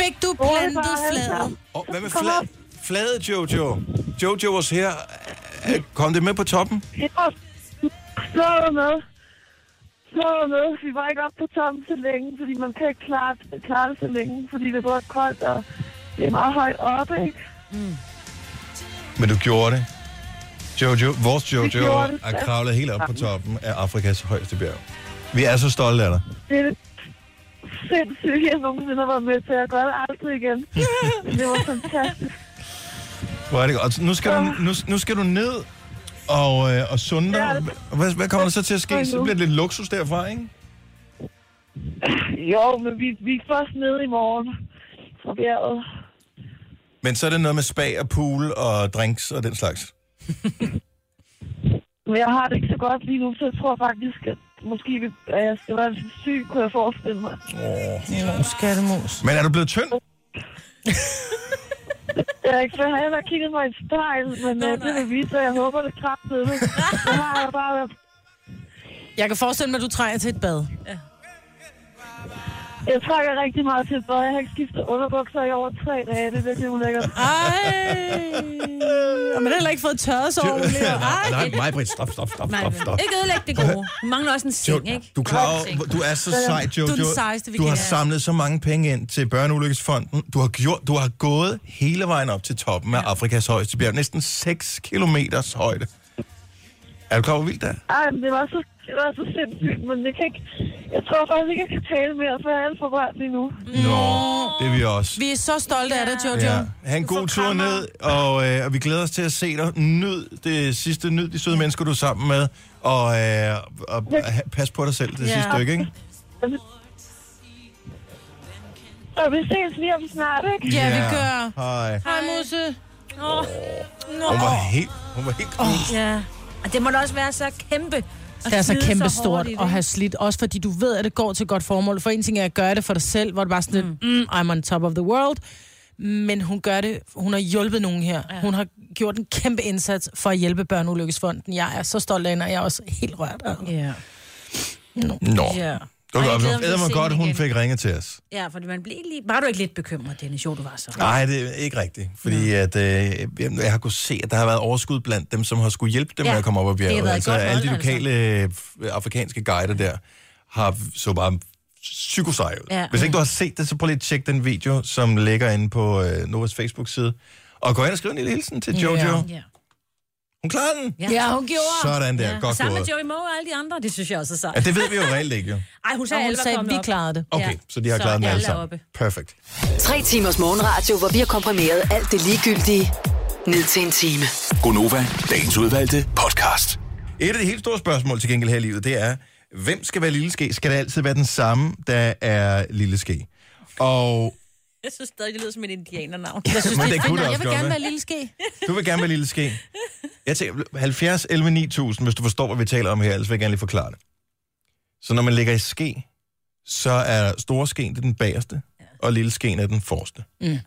C: Fik du plantet fladet?
A: Og hvad med flad? flade, Jojo? Jojo was her. Øh, Kom det med på toppen?
H: Slået med. Slået med. Vi var ikke oppe på toppen så længe, fordi man kan ikke klare, klare det så længe, fordi det er både koldt, og det er meget højt oppe, ikke?
A: Men du gjorde det. Jojo, vores
H: Vi
A: Jojo
H: gjorde det.
A: er kravlet helt op på toppen af Afrikas højeste bjerg. Vi er så stolte af dig.
H: Det er det sindssygt, jeg nogensinde har været med til. Jeg gør det aldrig igen. Men det var fantastisk.
A: Hvor er det godt. Og Nu skal, du, nu, nu skal du ned og, øh, og sunde dig. Hvad, hvad kommer der så til at ske? Så bliver det lidt luksus derfra, ikke?
H: Jo, men vi, vi er først nede i morgen fra bjerget.
A: Men så er det noget med spa og pool og drinks og den slags.
H: Men jeg har det ikke så godt lige nu, så jeg tror faktisk, at måske vi- at jeg skal være lidt syg, kunne jeg forestille mig.
C: Ja, skattemus.
A: Men er du blevet tynd?
H: Jeg har ikke, jeg har heller ikke kigget mig i et spejl, men øh, det vil vise sig. Jeg håber, det kraftede mig. Det har jeg bare været.
C: Jeg kan forestille mig, at du trænger til et bad.
H: Jeg trækker rigtig meget til bad. Jeg har ikke skiftet underbukser i over tre dage. Det er virkelig ulækkert.
C: Ej. Og man har heller ikke fået tørret sig ordentligt. Ej.
A: Nej, nej, Britt, stop, stop, stop,
B: Nej,
A: stop, stop.
B: ikke ødelæg det gode. Du mangler også en seng, ikke?
A: Du, er klar, over- du er så sej, Jojo.
C: Du er den sejeste, vi
A: du har
C: kender.
A: samlet så mange penge ind til Børneulykkesfonden. Du har, gjort, du har gået hele vejen op til toppen af Afrikas højeste bjerg. Næsten 6 kilometers højde. Er du klar, hvor vildt det er?
H: Ej, men det var så Det var så sindssygt, men jeg, kan ikke, jeg tror faktisk ikke, jeg kan tale mere, for jeg er alt for rørt lige nu.
A: Nå, det er vi også.
C: Vi er så stolte af dig, Jojo.
A: Ja. Ha' en god tur ned, og, øh, og vi glæder os til at se dig. Nyd det sidste, nyd de søde mennesker, du er sammen med, og, øh, og ha- pas på dig selv det
B: Ja.
A: sidste stykke, ikke?
H: Og vi ses lige om snart, ikke?
C: Ja, vi gør.
A: Hej.
C: Hej, Musse.
A: Hun var helt, hun var helt knust.
B: Ja. Og det må da også være så kæmpe.
C: Det er så kæmpe stort at have slidt, også fordi du ved, at det går til et godt formål. For en ting er at gøre det for dig selv, hvor det bare sådan lidt, mm, I'm on top of the world. Men hun gør det, hun har hjulpet nogen her. Ja. Hun har gjort en kæmpe indsats for at hjælpe Børneulykkesfonden. Jeg er så stolt af hende, og jeg er også helt rørt.
B: Ja.
A: Nå,
B: ja.
A: det var
B: Og jeg
A: godt.
B: glæder mig til
A: Det
B: at
A: var
B: se
A: godt,
B: hende
A: hun
B: igen.
A: fik ringet til os.
B: Ja, fordi man blev lige... Var du ikke lidt bekymret, Dennis? Jo, du var så.
A: Nej, det er ikke rigtigt. Fordi at, øh, jeg- jeg har kunnet se, at der har været overskud blandt dem, som har skulle hjælpe dem
B: Ja,
A: med at komme op ad
B: det har
A: bjerget.
B: været
A: Altså,
B: godt
A: alle de
B: hold, altså.
A: lokale øh, afrikanske guider der har så bare psykosej ud.
B: Ja.
A: Hvis ikke du har set det, så prøv lige at tjekke den video, som ligger inde på øh, Novas Facebook-side. Og gå ind og skriv en lille hilsen til Jojo.
C: Ja.
B: Ja.
A: Hun klarer den.
B: Ja.
C: Ja, hun gjorde.
A: Sådan der, godt
B: Sammen med
A: gået.
B: Joey Moe og alle de andre, det synes jeg også er sejt.
A: Ja, det ved vi jo reelt
B: [laughs]
A: ikke, jo.
B: Ej, hun
C: Så
B: sagde,
C: hun
B: alle var
C: sagde,
B: kommet
C: vi
B: op.
C: klarede det.
A: Okay,
B: Ja.
A: så de har
B: Så
A: klaret den
B: alle
A: alle
B: er
A: sammen.
B: oppe.
A: Perfekt.
G: Tre timers morgenradio, hvor vi har komprimeret alt det ligegyldige ned til en time.
D: Gonova, dagens udvalgte podcast.
A: Et af de helt store spørgsmål til gengæld her i livet, det er, hvem skal være lille ske? Skal det altid være den samme, der er lille ske? Og
B: Jeg synes stadig, det lyder som et indianernavn.
C: Jeg synes,
A: Men
C: det
A: det
C: er
A: kunne
C: fint.
A: det
C: Jeg vil
A: også
C: gerne
A: godt,
C: være lille ske.
A: du vil gerne være lille ske. Jeg tænker, 70, 11, 9000, hvis du forstår, hvad vi taler om her, ellers vil jeg gerne lige forklare det. Så når man ligger i ske, så er store skeen det er den bagerste, og lille skeen er den forreste.
C: Mm.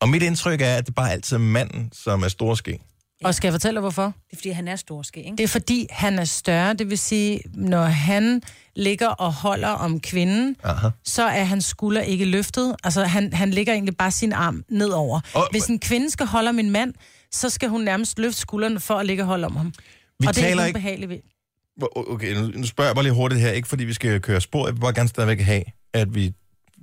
A: Og mit indtryk er, at det bare altid er manden, som er store ske.
C: Og skal jeg fortælle dig, hvorfor?
B: Det er fordi, han er storske, ikke?
C: Det er fordi, han er større. Det vil sige, når han ligger og holder om kvinden,
A: Aha.
C: så er hans skulder ikke løftet. Altså, han, han ligger egentlig bare sin arm nedover.
A: Og-
C: Og, Hvis en kvinde skal holde om en mand, så skal hun nærmest løfte skuldrene for at ligge og holde om ham.
A: Vi
C: og det er
A: taler
C: ikke
A: ikke
C: ubehageligt ved.
A: Hvor- Okay, nu nu spørger jeg bare lige hurtigt her, ikke fordi vi skal køre spor, jeg vil bare gerne stadigvæk have, at vi,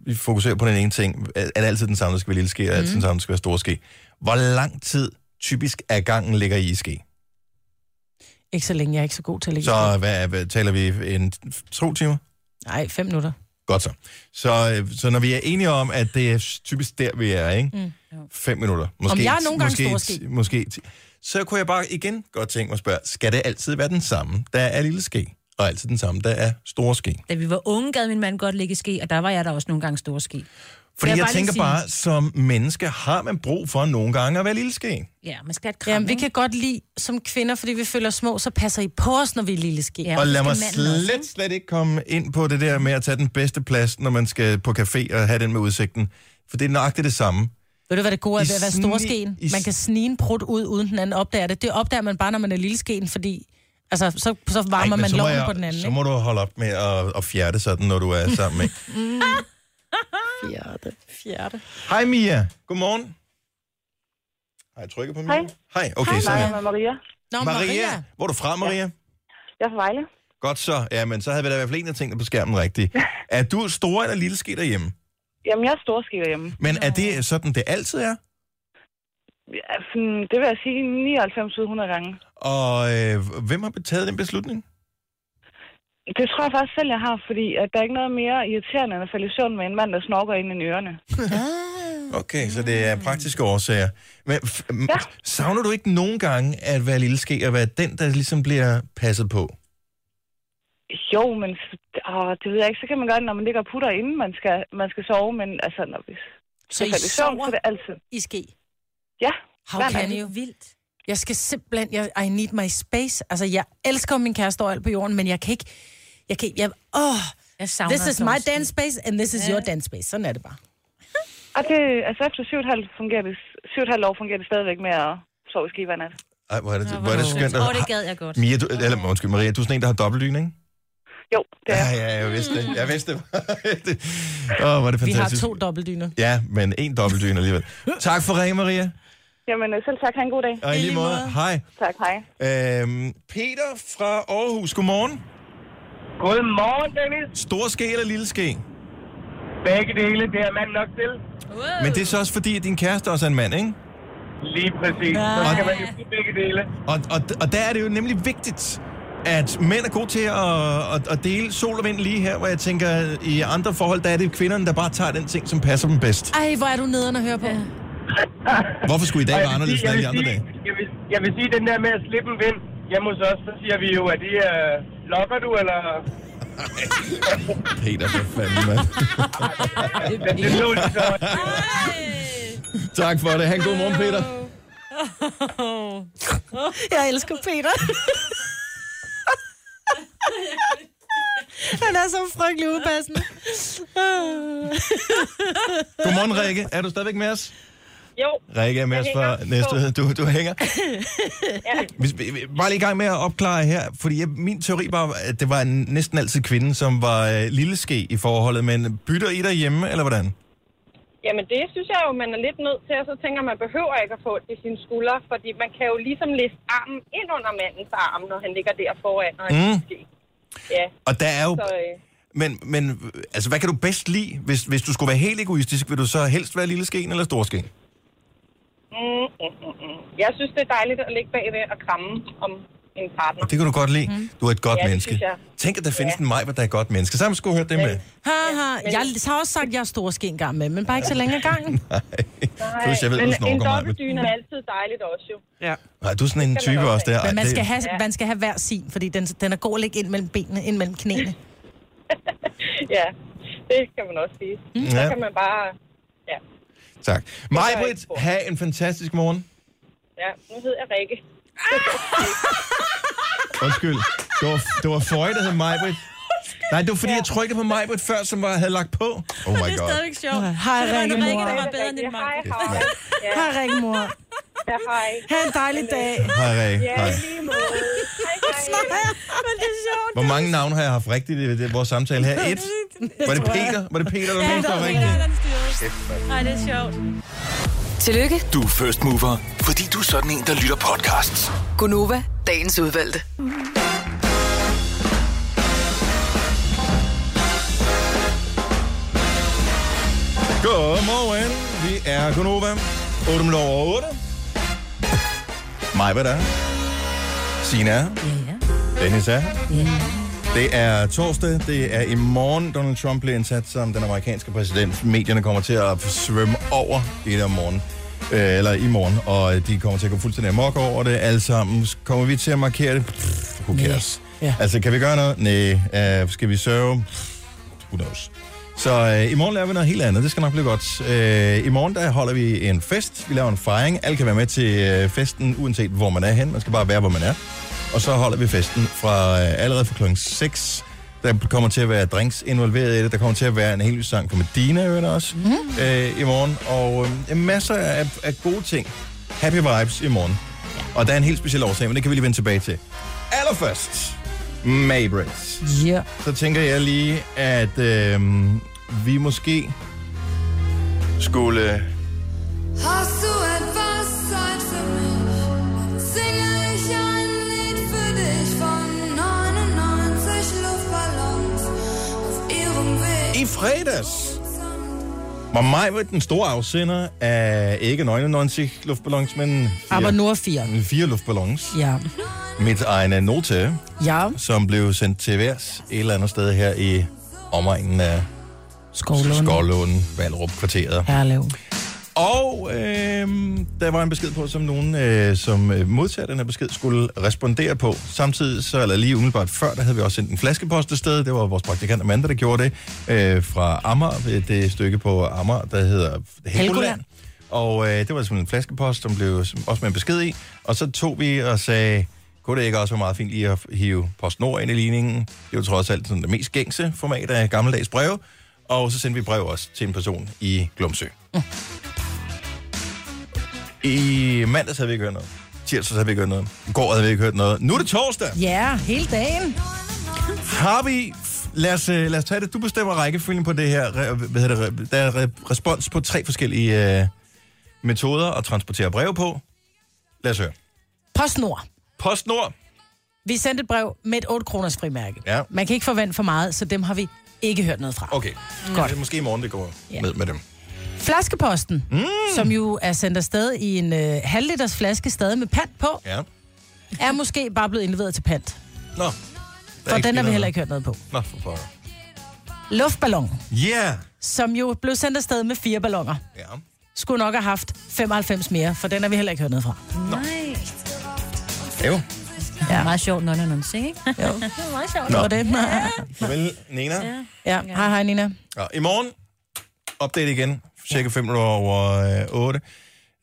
A: vi fokuserer på den ene ting, at at altid den samme der skal være lille ske, og
C: Mhm.
A: altid den samme der skal være stor ske. Hvor lang tid typisk er gangen ligger i i ske?
C: Ikke så længe, jeg er ikke så god til at ligge.
A: Så hvad, hvad taler vi en to timer?
C: Nej, fem minutter.
A: Godt så. så. øh, Så når vi er enige om, at det er typisk der, vi er, ikke?
C: Mm.
B: Jo.
A: Fem minutter. Måske,
C: jeg er nogle gange
A: måske,
C: stor ske.
A: Måske ti. Så kunne jeg bare igen godt tænke mig at spørge, skal det altid være den samme, der er lille ske, og altid den samme, der er store ske?
B: Da vi var unge, gad min mand godt ligge i ske, og der var jeg der også nogle gange storske.
A: Fordi jeg,
B: Jeg vil
A: jeg
B: bare lige
A: tænker
B: sige-
A: bare, som menneske har man brug for nogle gange at være lille ske.
B: Ja, man skal have et kram,
C: Jamen, vi
B: ikke?
C: kan godt lide som kvinder, fordi vi føler os små, så passer I på os, når vi er lille ske.
B: Ja,
A: og
B: så
A: lad
B: skal
A: mig
B: manden også,
A: slet,
B: ikke?
A: slet ikke komme ind på det der med at tage den bedste plads, når man skal på café og have den med udsigten. For det er nøjagtigt det samme.
C: Ved du, hvad det gode er
A: I
C: ved at være
A: sni-
C: storskeen?
A: i
C: Man kan snige en prut ud, uden den anden opdager det. Det opdager man bare, når man er lille skeen, fordi altså, så, så
A: Ej,
C: varmer
A: men
C: man
A: så må
C: loven
A: jeg-
C: på den anden.
A: Så
C: Ikke?
A: må du holde op med at, at fjerte sådan, når du er sammen
B: [laughs]
A: med.
B: Mm.
C: Fjerde. Fjerde.
A: Hej Mia, godmorgen. Har jeg trykket på Mia?
H: Hej.
A: Hej, okay, Hej,
H: Nej,
A: sådan
H: jeg er Maria.
C: Nå,
A: Maria. Maria, hvor er du fra, Maria? Ja.
H: Jeg er fra Vejle.
A: Godt så. Ja, men så havde vi da i hvert fald en af tingene på skærmen rigtigt. Er du stor eller lille ske derhjemme?
H: Jamen, jeg er storskiver hjemme.
A: Men er det sådan, det altid er?
H: Ja, sådan, det vil jeg sige 99-100 gange.
A: Og øh, hvem har taget den beslutning?
H: Det tror jeg faktisk selv, jeg har, fordi at der er ikke noget mere irriterende end at falde i søvn med en mand, der snorker ind i ørerne.
A: Okay, så det er praktiske årsager. Men f- ja.
H: Ja.
A: savner du ikke nogen gange at være lille ske, og være den, der ligesom bliver passet på?
H: Jo, men åh, det ved jeg ikke. Så kan man gøre det, når man ligger og putter, inden man skal, man skal sove. Men altså, når vi
C: Så
H: skal
C: I
H: falde i søvn, så
C: sover
H: er det altid.
C: i ske?
H: Ja,
C: How
H: Hver
C: can
H: nat.
C: you?
B: Vildt.
C: Jeg skal simpelthen, jeg, I need my space. Altså, jeg elsker min kæreste og alt på jorden, men jeg kan ikke, jeg kan ikke, jeg, oh,
B: Jeg savner
C: this is my
B: storske.
C: dance space, and this is your dance space. Sådan er det bare.
H: og det, altså efter 7,5 fungerer det, 7,5 år fungerer det stadigvæk med at sove i ski hver nat.
A: Ej, hvor er det, hvor er det skønt.
B: Åh,
A: At,
B: det gad jeg godt.
A: Mia, du, eller undskyld, Maria, du er sådan en, der har dobbeltlyn, ikke?
H: Jo, det er
A: Ja, ja, jeg vidste det. Jeg vidste det. [laughs] Det- Åh, oh, hvor er det
C: Vi har
A: fantastisk.
C: to dobbeltdyner.
A: Ja, men en dobbeltdyne alligevel. Tak for ringen, Maria.
H: Jamen, øh, selv tak. Ha' en god dag.
A: Og i lige måde, hej.
H: Tak, hej.
A: Øhm, Peter fra Aarhus, godmorgen.
I: Godmorgen, Dennis.
A: Stor ske eller lille ske?
I: Begge dele, det er mand nok til.
A: Men det er så også fordi, at din kæreste også er en mand, ikke?
I: Lige præcis. Så skal man jo blive begge dele.
A: Og, og, og der er det jo nemlig vigtigt, at mænd er gode til at, at, at dele sol og vind lige her, hvor jeg tænker, i andre forhold, der er det kvinderne, der bare tager den ting, som passer dem bedst.
C: Ej, hvor er du nederen at høre på. Ja.
A: Hvorfor skulle i dag
I: Og jeg
A: være
I: vil
A: anderledes
I: sige-
A: end alle de andre
I: jeg vil
A: dage?
I: sige- Jeg vil, jeg vil sige, den der med at slippe en vind hjemme hos os, så siger vi jo, at det er... Lokker du, eller...
A: Peter, for fanden, mand.
I: Men det lå de så...
A: Tak for det. Ha' en god morgen, Peter.
C: [laughs] Jeg elsker Peter. Han er så frygtelig [laughs] upassende.
A: Godmorgen, Rikke. Er du stadigvæk med os?
H: Jo,
A: Rikke er med os
H: hænger.
A: for næste... Du, du
H: [laughs]
A: hænger. Hvis, vi- vi- bare lige i gang med at opklare her, fordi jeg, min teori var, at det var en- næsten altid kvinden, som var øh, lille ske i forholdet, men bytter I derhjemme, eller hvordan?
H: Jamen det synes jeg jo, man er lidt nødt til, og så tænker man, behøver ikke at få det i sine skuldre, fordi man kan jo ligesom læse armen ind under mandens arm, når han ligger der foran, og han mm. Ja,
A: Og der er jo...
H: så øh,
A: Men, men øh, altså, hvad kan du bedst lide? Hvis, hvis du skulle være helt egoistisk, vil du så helst være lille skeen eller stor skeen?
H: mm, mm, mm, mm. jeg synes, det er dejligt at ligge bagved og kramme om en partner.
A: Og det kan du godt lide. Mm. Du er et godt
H: Mhm. Ja, det
A: menneske.
H: synes jeg.
A: Tænk, at der findes ja. en mig, der er et godt menneske. Sammen skulle jeg høre det med.
C: Haha, jeg har også sagt, at jeg er stor ske en gang med, men bare ikke så længe ad [laughs] gangen.
A: Plus, jeg ved,
H: men
A: du
H: en
A: snorker mig.
H: dobbeltdyne er altid dejligt også jo.
A: Nej, du er sådan en
H: skal man
A: type
H: også
A: også der. Ej,
C: Men man
A: det-
C: skal have, man skal have hver sin, fordi den, den er god at ligge ind mellem benene, ind mellem knæene.
H: Ja, det kan man også sige. Mm. Så
A: Ja.
H: kan man bare... Ja,
A: Tak. Majbrit,
H: ikke for.
A: have en fantastisk morgen.
H: ja. nu hedder jeg Rikke.
A: Undskyld. Det var, det var Føje, der hed Majbrit. Nej, det var fordi, jeg trykkede på Majbrit før, som var, havde lagt på. Oh my
B: Det er
A: god.
B: stadigvæk sjovt.
C: Hej,
B: Det var en
C: Rikke,
B: Rikke,
C: mor.
B: der var bedre end en
H: Hej,
B: Mark.
H: hej. Ja,
C: [laughs] Hej, Rikke, mor.
H: ja, hej.
C: Ha' en dejlig dag.
A: Hej, Ræ.
H: Ja,
A: Hej.
H: i lige måde. Hej, hej.
B: Men det er sjovt.
A: Hvor mange navne har jeg haft rigtigt i det- vores samtale her? Et? Var det Peter? Var det Peter, der ja,
B: det
A: var
B: er
A: rigtigt?
B: Peter, den styrede. Nej, det er sjovt.
G: Tillykke,
D: Du er first mover, fordi du er sådan en, der lytter podcasts.
G: Gunova, dagens udvalgte.
A: Godmorgen. Vi er Gunova. 8 minutter over 8. Maja, hvad der? Sina er her.
B: Ja, ja.
A: Dennis er her. Det er torsdag. Det er i morgen, Donald Trump bliver indsat som den amerikanske præsident. Medierne kommer til at svømme over det der morgen. Øh, eller i morgen. Og de kommer til at gå fuldstændig amok over det alle sammen. Kommer vi til at markere det? Pff, who cares?
C: Ja.
A: Altså, kan vi gøre noget? Nej. Øh, skal vi sørge? Who knows? Så øh, i morgen laver vi noget helt andet. Det skal nok blive godt. Øh, I morgen der holder vi en fest. Vi laver en fejring. Alle kan være med til øh, festen, uanset hvor man er hen. Man skal bare være, hvor man er. Og så holder vi festen fra øh, allerede fra klokken 6. Der kommer til at være drinks involveret i det. Der kommer til at være en helt ny sang fra Medina øvrigt også mm. øh, i morgen. Og øh, masser af, af gode ting. Happy vibes i morgen. Ja. Og der er en helt speciel årsag, men det kan vi lige vende tilbage til. Allerførst, Maybrit
C: Ja.
A: så tænker jeg lige, at øh, vi måske skulle...
F: Hast du etwas Zeit für mich? Singe ich ein Lied für dich von 99 Luftballons auf ihrem Weg.
A: I fredags var mig med den store afsender af ikke 99 luftballons, men
C: Aber
A: fire,
C: nur fire.
A: fire luftballons.
C: Ja.
A: Mit egen note,
C: Ja.
A: som blev sendt til værs et eller andet sted her i omegnen af
C: Skovlund.
A: Skovlånen, Valrup kvarteret.
C: Herlev.
A: Og øh, der var en besked på, som nogen, øh, som øh, modtager den her besked, skulle respondere på. Samtidig, så, eller lige umiddelbart før, der havde vi også sendt en flaskepost afsted. Det var vores praktikant Amanda, der gjorde det. Øh, fra Amager, øh, det stykke på Amager, der hedder Helgoland.
C: Helgoland.
A: Og øh, det var simpelthen en flaskepost, som blev som- også med en besked i. Og så tog vi og sagde, kunne det ikke også være meget fint lige at hive PostNord ind i ligningen? Det er jo trods alt sådan det mest gængse format af gammeldags breve. Og så sendte vi brev også til en person i Glumsø. I mandags havde vi ikke hørt noget. Tirsdags havde vi ikke hørt noget. I går havde vi ikke hørt noget. Nu er det torsdag.
C: Ja, hele dagen.
A: Har vi... Lad os, øh, lad os tage det. Du bestemmer rækkefølgen på det her. Re- Hvad hedder det? Re- Der er re- respons på tre forskellige øh, metoder at transportere breve på. Lad os høre.
C: PostNord.
A: PostNord.
C: Vi sendte et brev med et 8 kroners frimærke.
A: Ja.
C: Man kan ikke forvente for meget, så dem har vi ikke hørt noget fra.
A: Okay. Godt. Det er måske i morgen, det går
C: Ja.
A: med, med dem.
C: Flaskeposten, mm. som jo er sendt afsted i en øh, halvliters flaske stadig med pant på,
A: Ja.
C: er måske bare blevet indleveret til pant.
A: Nå.
C: For den har vi heller ikke hørt noget på.
A: Nå, for pokker.
C: Luftballon,
A: Yeah!
C: som jo blev sendt afsted med fire balloner,
A: Ja.
C: skulle nok have haft 95 mere, for den har vi heller ikke hørt noget fra.
B: Nej.
A: Jo.
B: Ja. Meget sjovt, når den ikke? [laughs]
C: Jo.
B: Det er meget sjovt.
C: Det var det.
A: Vel, Nena. Ja.
C: Ja, hej hej Nina.
A: Ja, I morgen, update igen, cirka 5 minutter over øh, 8.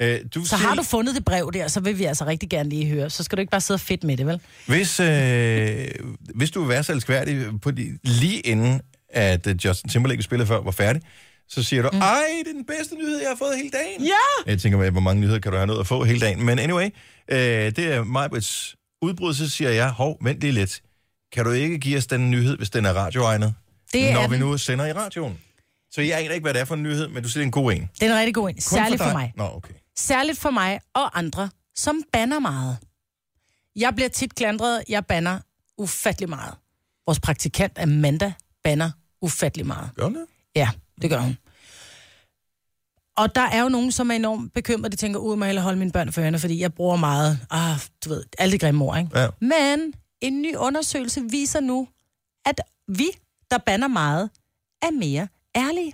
A: Øh, du
C: Så har du fundet det brev der, så vil vi altså rigtig gerne lige høre. Så skal du ikke bare sidde og fedt med det, vel?
A: Hvis, øh, hvis du vil være så elskværdig, på de, lige inden at øh, Justin Timberlake, vi spillede før, var færdig, så siger du, mm. ej, det er den bedste nyhed, jeg har fået hele dagen. Ja! Jeg tænker, hvor mange nyheder kan du have nået at få hele dagen? Men anyway, øh, det er Majbrits udbrud, så siger jeg, hov, vent lige lidt. Kan du ikke give os den nyhed, hvis den er radioegnet?
C: Det
A: når
C: er
A: vi
C: den.
A: nu sender i radioen. Så jeg aner ikke, hvad det er for en nyhed, men du siger, det er en god en. Kun
C: Det er en rigtig god en. Særligt for
A: dig.
C: mig.
A: Nå, okay.
C: Særligt for mig og andre, som banner meget. Jeg bliver tit klandret. Jeg banner ufattelig meget. Vores praktikant Amanda banner ufattelig meget.
A: Gør hun det?
C: Ja, det gør hun. Og der er jo nogen, som er enormt bekymrede. De tænker, ud må jeg hellere holde mine børn for ørerne, fordi jeg bruger meget, ah, du ved, alt det grimme ord, ikke?
A: Ja.
C: Men en ny undersøgelse viser nu, at vi, der banner meget, er mere ærlige.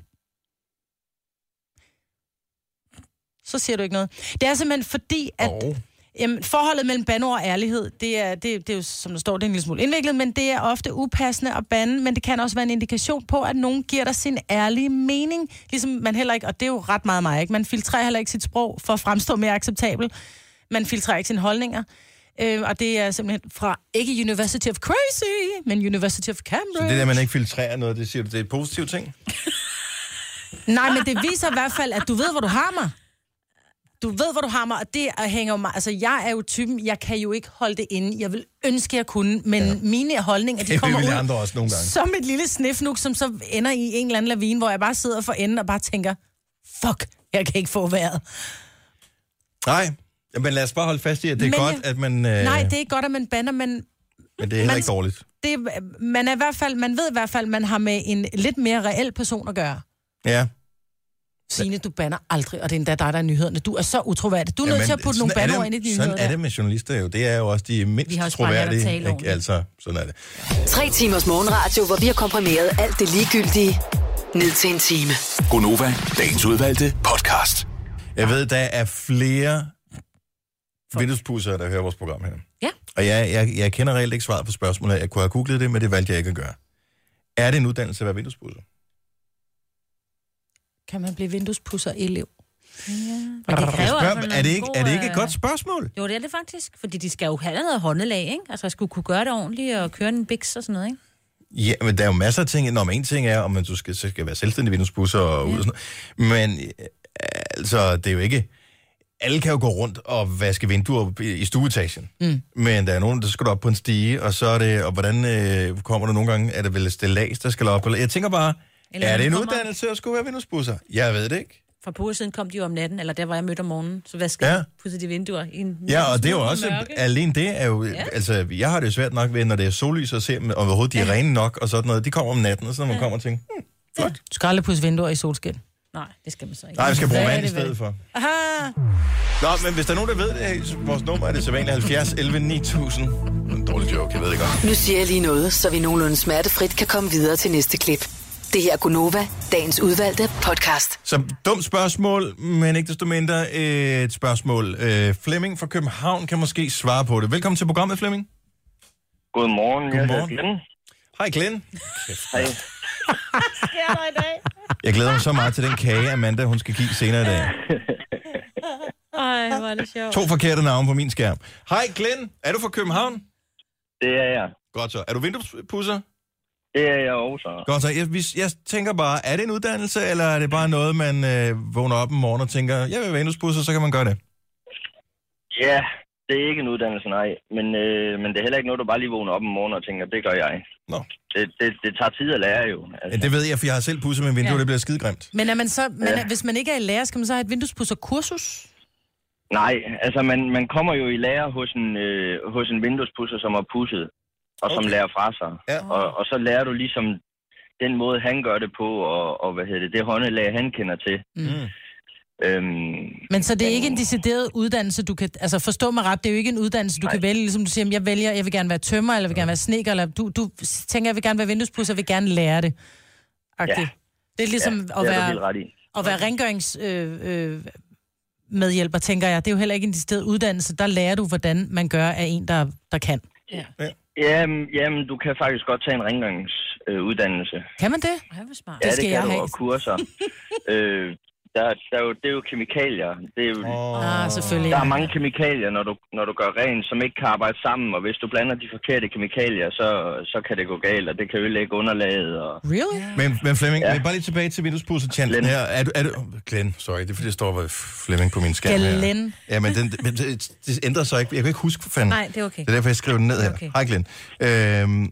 C: Så siger du ikke noget. Det er simpelthen fordi, at...
A: Åh.
C: Jamen, forholdet mellem bandeord og ærlighed, det er, det, det er jo, som der står, det er en lille smule indviklet, men det er ofte upassende at bande, men det kan også være en indikation på, at nogen giver dig sin ærlige mening. Ligesom man heller ikke, og det er jo ret meget mig, ikke? man filtrerer heller ikke sit sprog for at fremstå mere acceptabel. Man filtrerer ikke sine holdninger. Øh, og det er simpelthen fra, ikke University of Crazy, men University of Cambridge.
A: Så det der, man ikke filtrerer noget, det siger du, det er en positiv ting?
C: Nej, men det viser i hvert fald, at du ved, hvor du har mig. Du ved, hvor du har mig, og det er- hænger jo mig... Altså, jeg er jo typen, jeg kan jo ikke holde det inde. Jeg vil ønske, jeg kunne, men ja. mine holdninger, de
A: Det
C: kommer
A: vil
C: ud
A: vi andre også nogle gange.
C: som et lille snifnuk, som så ender i en eller anden lavine, hvor jeg bare sidder for enden og bare tænker, fuck, jeg kan ikke få vejret.
A: Nej, men lad os bare holde fast i, at det er
C: Men
A: men, godt,
C: jeg-
A: at man... Øh,
C: Øh. Nej, det er ikke godt, at man banner, men
A: men det er heller
C: man-
A: ikke dårligt.
C: det, man, er i hvert fald, man ved i hvert fald, man har med en lidt mere reel person at gøre.
A: Ja.
C: Signe, du banner aldrig, og det er endda dig, der er nyhederne. Du er så utroværdig. Du er nødt
A: Jamen,
C: til at putte
A: sådan
C: nogle
A: er det-
C: banner ind i dine
A: Sådan
C: nyheder.
A: er det med journalister jo. Det er jo også de mindst
B: Vi har også bare lært at
A: troværdige.
B: tale
A: ikke?
B: ordentligt.
A: Altså, sådan er det.
G: Tre timers morgenradio, hvor vi har komprimeret alt det ligegyldige ned til en time.
D: Gonova, dagens udvalgte podcast.
A: Jeg ved, der er flere vinduespudsere, der hører vores program her.
B: Ja.
A: Og jeg, jeg, jeg kender reelt ikke svaret på spørgsmålet. Jeg kunne have googlet det, men det valgte jeg ikke at gøre. Er det en uddannelse at være vinduespudser?
C: Kan man blive vinduespusser-elev?
B: Men det kræver
A: Spørg,
B: i hvert fald
A: er, det
B: en
A: ikke,
B: god,
A: er det ikke et
B: øh,
A: godt spørgsmål?
B: Jo, det er det faktisk, fordi de skal jo have noget håndelag, ikke? Altså, jeg skulle kunne gøre det ordentligt og køre en biks og sådan noget, ikke?
A: Ja, men der er jo masser af ting. Nå, men en ting er, om man du skal, så skal være selvstændig vinduespusser og ud og sådan noget. Men øh, altså, det er jo ikke... Alle kan jo gå rundt og vaske vinduer i- i stueetagen. Mm. Men der er nogen, der skal op på en stige, og så er det... Og hvordan øh, kommer du nogle gange? Er det vel stillads, der skal op? Eller, jeg tænker bare,
B: Eller
A: eller er det en
B: kommer-
A: uddannelse at skulle være vinduespusser? Jeg ved det ikke.
B: Fra på siden kom de jo om natten, eller der var jeg mødt om morgenen, så hvad skal
A: Ja.
B: ja. pusse de vinduer i en
A: Ja, og det er jo
B: smule
A: også...
B: mørke?
A: Alene det er jo... Ja. Altså, jeg har det jo svært nok ved, når det er sollys, og se, om overhovedet de er rene nok, og sådan noget. De kommer om natten, og så når man kommer og tænker... Hmm,
C: Du skal aldrig pusse vinduer i solskin.
B: Nej, det skal man så ikke.
A: nej, vi skal bruge
C: Hvad er
A: vand i
C: det vel?
A: stedet for.
C: Aha!
A: Nå, men hvis der er nogen, der ved det, så vores nummer er det sædvanlige 70 11 9000. En dårlig joke, jeg ved det godt.
G: Nu siger jeg lige noget, så vi nogenlunde smertefrit kan komme videre til næste klip. Det her er Gunova, dagens udvalgte podcast.
A: Så dumt spørgsmål, men ikke desto mindre et spørgsmål. Øh, Flemming fra København kan måske svare på det. Velkommen til programmet, Flemming.
I: Godmorgen, jeg hedder
A: Godmorgen.
I: Glenn.
A: Hej, Glenn.
I: Hej.
A: Jeg glæder mig så meget til den kage, Amanda, hun skal give senere i dag.
E: Ej, hvor er det sjovt.
A: To forkerte navne på min skærm. Hej, Glenn. Er du fra København?
I: Det er jeg.
A: Godt så. Er du vinduespusser?
I: Det er jeg også.
A: Godt så. Jeg, hvis- jeg tænker bare, er det en uddannelse, eller er det bare noget, man øh, vågner op en morgen og tænker, jeg vil være vinduespusser, så kan man gøre det?
I: Ja, det er ikke en uddannelse, nej. Men, øh, men det er heller ikke noget, du bare lige vågner op om morgenen og tænker, det gør jeg.
A: Nå.
I: Det, det, det tager tid at lære jo. Altså,
A: Ja, det ved jeg, for jeg har selv pudset med vinduer, ja.
B: Ja.
A: det bliver skidegrimt.
C: Men, er man så, man,
I: Ja.
C: er, hvis man ikke er i lærer, skal man så have et vinduespusser-kursus?
I: Nej, altså man, man kommer jo i lære hos en, øh, hos en vinduespudser, som har pudset, og okay. som
A: Okay.
I: lærer fra sig.
A: Ja.
I: Og, og så lærer du ligesom den måde, han gør det på, og, og hvad hedder det, det håndelag, han kender til.
A: Mm.
H: Øhm,
C: Men så det er ikke en decideret uddannelse, du kan... Altså forstå mig ret, det er jo ikke en uddannelse, du Nej. kan vælge. Ligesom du siger, jamen, jeg vælger, jeg vil gerne være tømmer, eller jeg vil gerne være sneker, eller du, du tænker, jeg vil gerne være vinduespudser, jeg vil gerne lære det. Agtigt.
H: Ja.
C: Det er ligesom
H: ja,
C: at
H: det er du helt
C: være,
H: ret i.
C: at være rengørings... Øh, øh, medhjælper, tænker jeg. Det er jo heller ikke en decideret uddannelse. Der lærer du, hvordan man gør af en, der, der kan.
H: Jamen, jamen, du kan faktisk godt tage en rengøringsuddannelse. Øh, uddannelse.
C: Kan man det?
B: Ej, hvor smart.
H: ja,
C: skal
H: det kan
C: jeg
H: du,
C: have.
H: og
C: [laughs]
H: kurser. øh, der, der er jo, det er jo kemikalier. Det er jo,
A: Åh,
C: Ah, selvfølgelig.
H: Der er mange kemikalier, når du, når du gør rent, som ikke kan arbejde sammen, og hvis du blander de forkerte kemikalier, så, så kan det gå galt, og det kan ødelægge underlaget. Og...
C: Really?
A: Men, men Flemming,
H: Ja.
A: ja. bare lige tilbage til vinduespudsertjanten
H: Glenn.
A: her. Er du, er du, oh, Glenn, sorry, det er fordi, der står øh, Flemming på min skærm
C: Glenn.
A: her. Ja, men, den, men det, det ændrer sig ikke. Jeg kan ikke huske, for fanden.
B: Nej, det er okay.
A: Det er derfor, jeg skriver den ned her. Okay.
B: Okay.
A: Hej, Glenn. Øhm,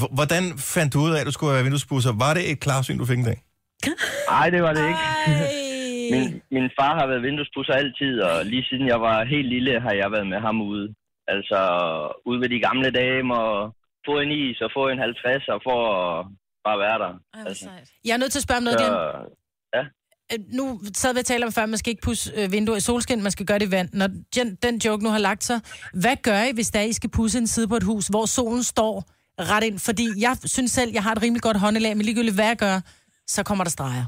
A: h- hvordan fandt du ud af, at du skulle være vinduespudser? Var det et klarsyn, du fik en dag?
H: Nej, det var det
C: Ah.
H: ikke.
B: Ej.
H: Min, min far har været vinduespudser altid, og lige siden jeg var helt lille, har jeg været med ham ude. Altså, ude ved de gamle damer, og få en is, og få en 50, og for at bare være der.
B: Ej, hvor
H: Altså,
B: sejt.
C: Jeg er nødt til at spørge om noget,
H: så,
C: Glenn. Øh, nu sad vi og talte om før, man skal ikke pusse øh, vinduer i solskin, man skal gøre det i vand. Når den, den joke nu har lagt sig, hvad gør I, hvis der I skal pusse en side på et hus, hvor solen står ret ind? Fordi jeg synes selv, jeg har et rimelig godt håndelag, men ligegyldigt hvad jeg gør, så kommer der streger.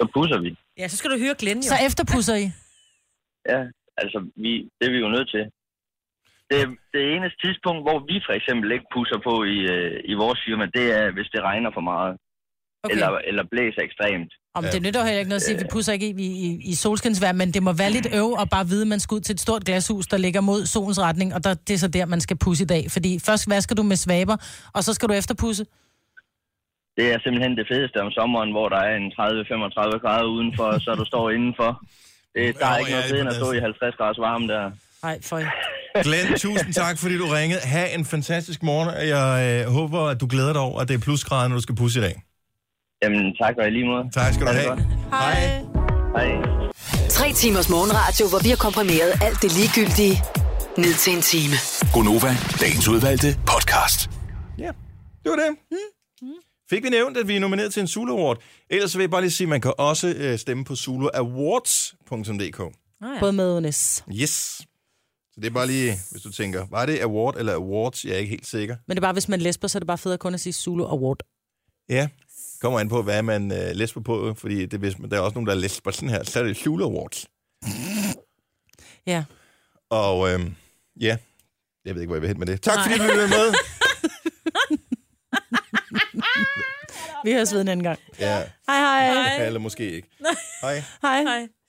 H: så pusser vi.
B: Ja, så skal du hyre Glenn, jo.
C: Så efterpusser I.
H: Ja, altså, vi, det er vi jo nødt til. Det, det eneste tidspunkt, hvor vi for eksempel ikke pusser på i, øh, i vores firma, det er, hvis det regner for meget, okay. eller, Øh.
C: Okay.
H: eller blæser ekstremt.
C: Om det nytter jo heller ikke noget at sige, at vi pusser ikke i, i, i solskinsvær, men det må være lidt øv at bare vide, at man skal ud til et stort glashus, der ligger mod solens retning, og der, det er så der, man skal pusse i dag. Fordi først vasker du med svaber, og så skal du efterpusse.
H: Det er simpelthen det fedeste om sommeren, hvor der er en 30-35 grader udenfor, og så du står indenfor. Det, der er
A: Jo,
H: ikke
A: ja,
H: noget
A: det
H: federe
A: må
H: end at
A: det
H: stå
A: altså.
H: i 50 grader varme der.
C: Nej, for
A: Glenn, tusind tak, fordi du ringede. Ha' en fantastisk morgen. Jeg øh, håber, at du glæder dig over, at det er plusgrader, når du skal pusse i dag.
H: Jamen, tak og i lige måde.
A: Tak skal du
H: Ha' det
A: have.
H: godt.
A: Hej.
H: Hej.
G: Tre timers morgenradio, hvor vi har komprimeret alt det ligegyldige ned til en time.
D: Gonova, dagens udvalgte podcast.
A: Ja, det var det. Fik vi nævnt, at vi er nomineret til en Zulu Award? Ellers vil jeg bare lige sige, at man kan også øh, stemme på zuluawards.dk.
C: Både med Unes.
A: Yes. Så det er bare lige, hvis du tænker, var det award eller awards? Jeg er ikke helt sikker.
C: Men det er bare, hvis man læsper, så er det bare fedt at kun at sige Zulu Award.
A: Ja, kommer an på, hvad man øh, læser på, fordi det, hvis, der er også nogen, der læser sådan her, så er det Zulu Awards.
C: Ja.
A: Og øh, ja, jeg ved ikke, hvor jeg vil hen med det. Tak fordi du lyttede med.
C: Vi høres ved en anden gang.
A: Ja,
C: Hej hej.
A: eller måske ikke. Hej.
C: Hej. hej.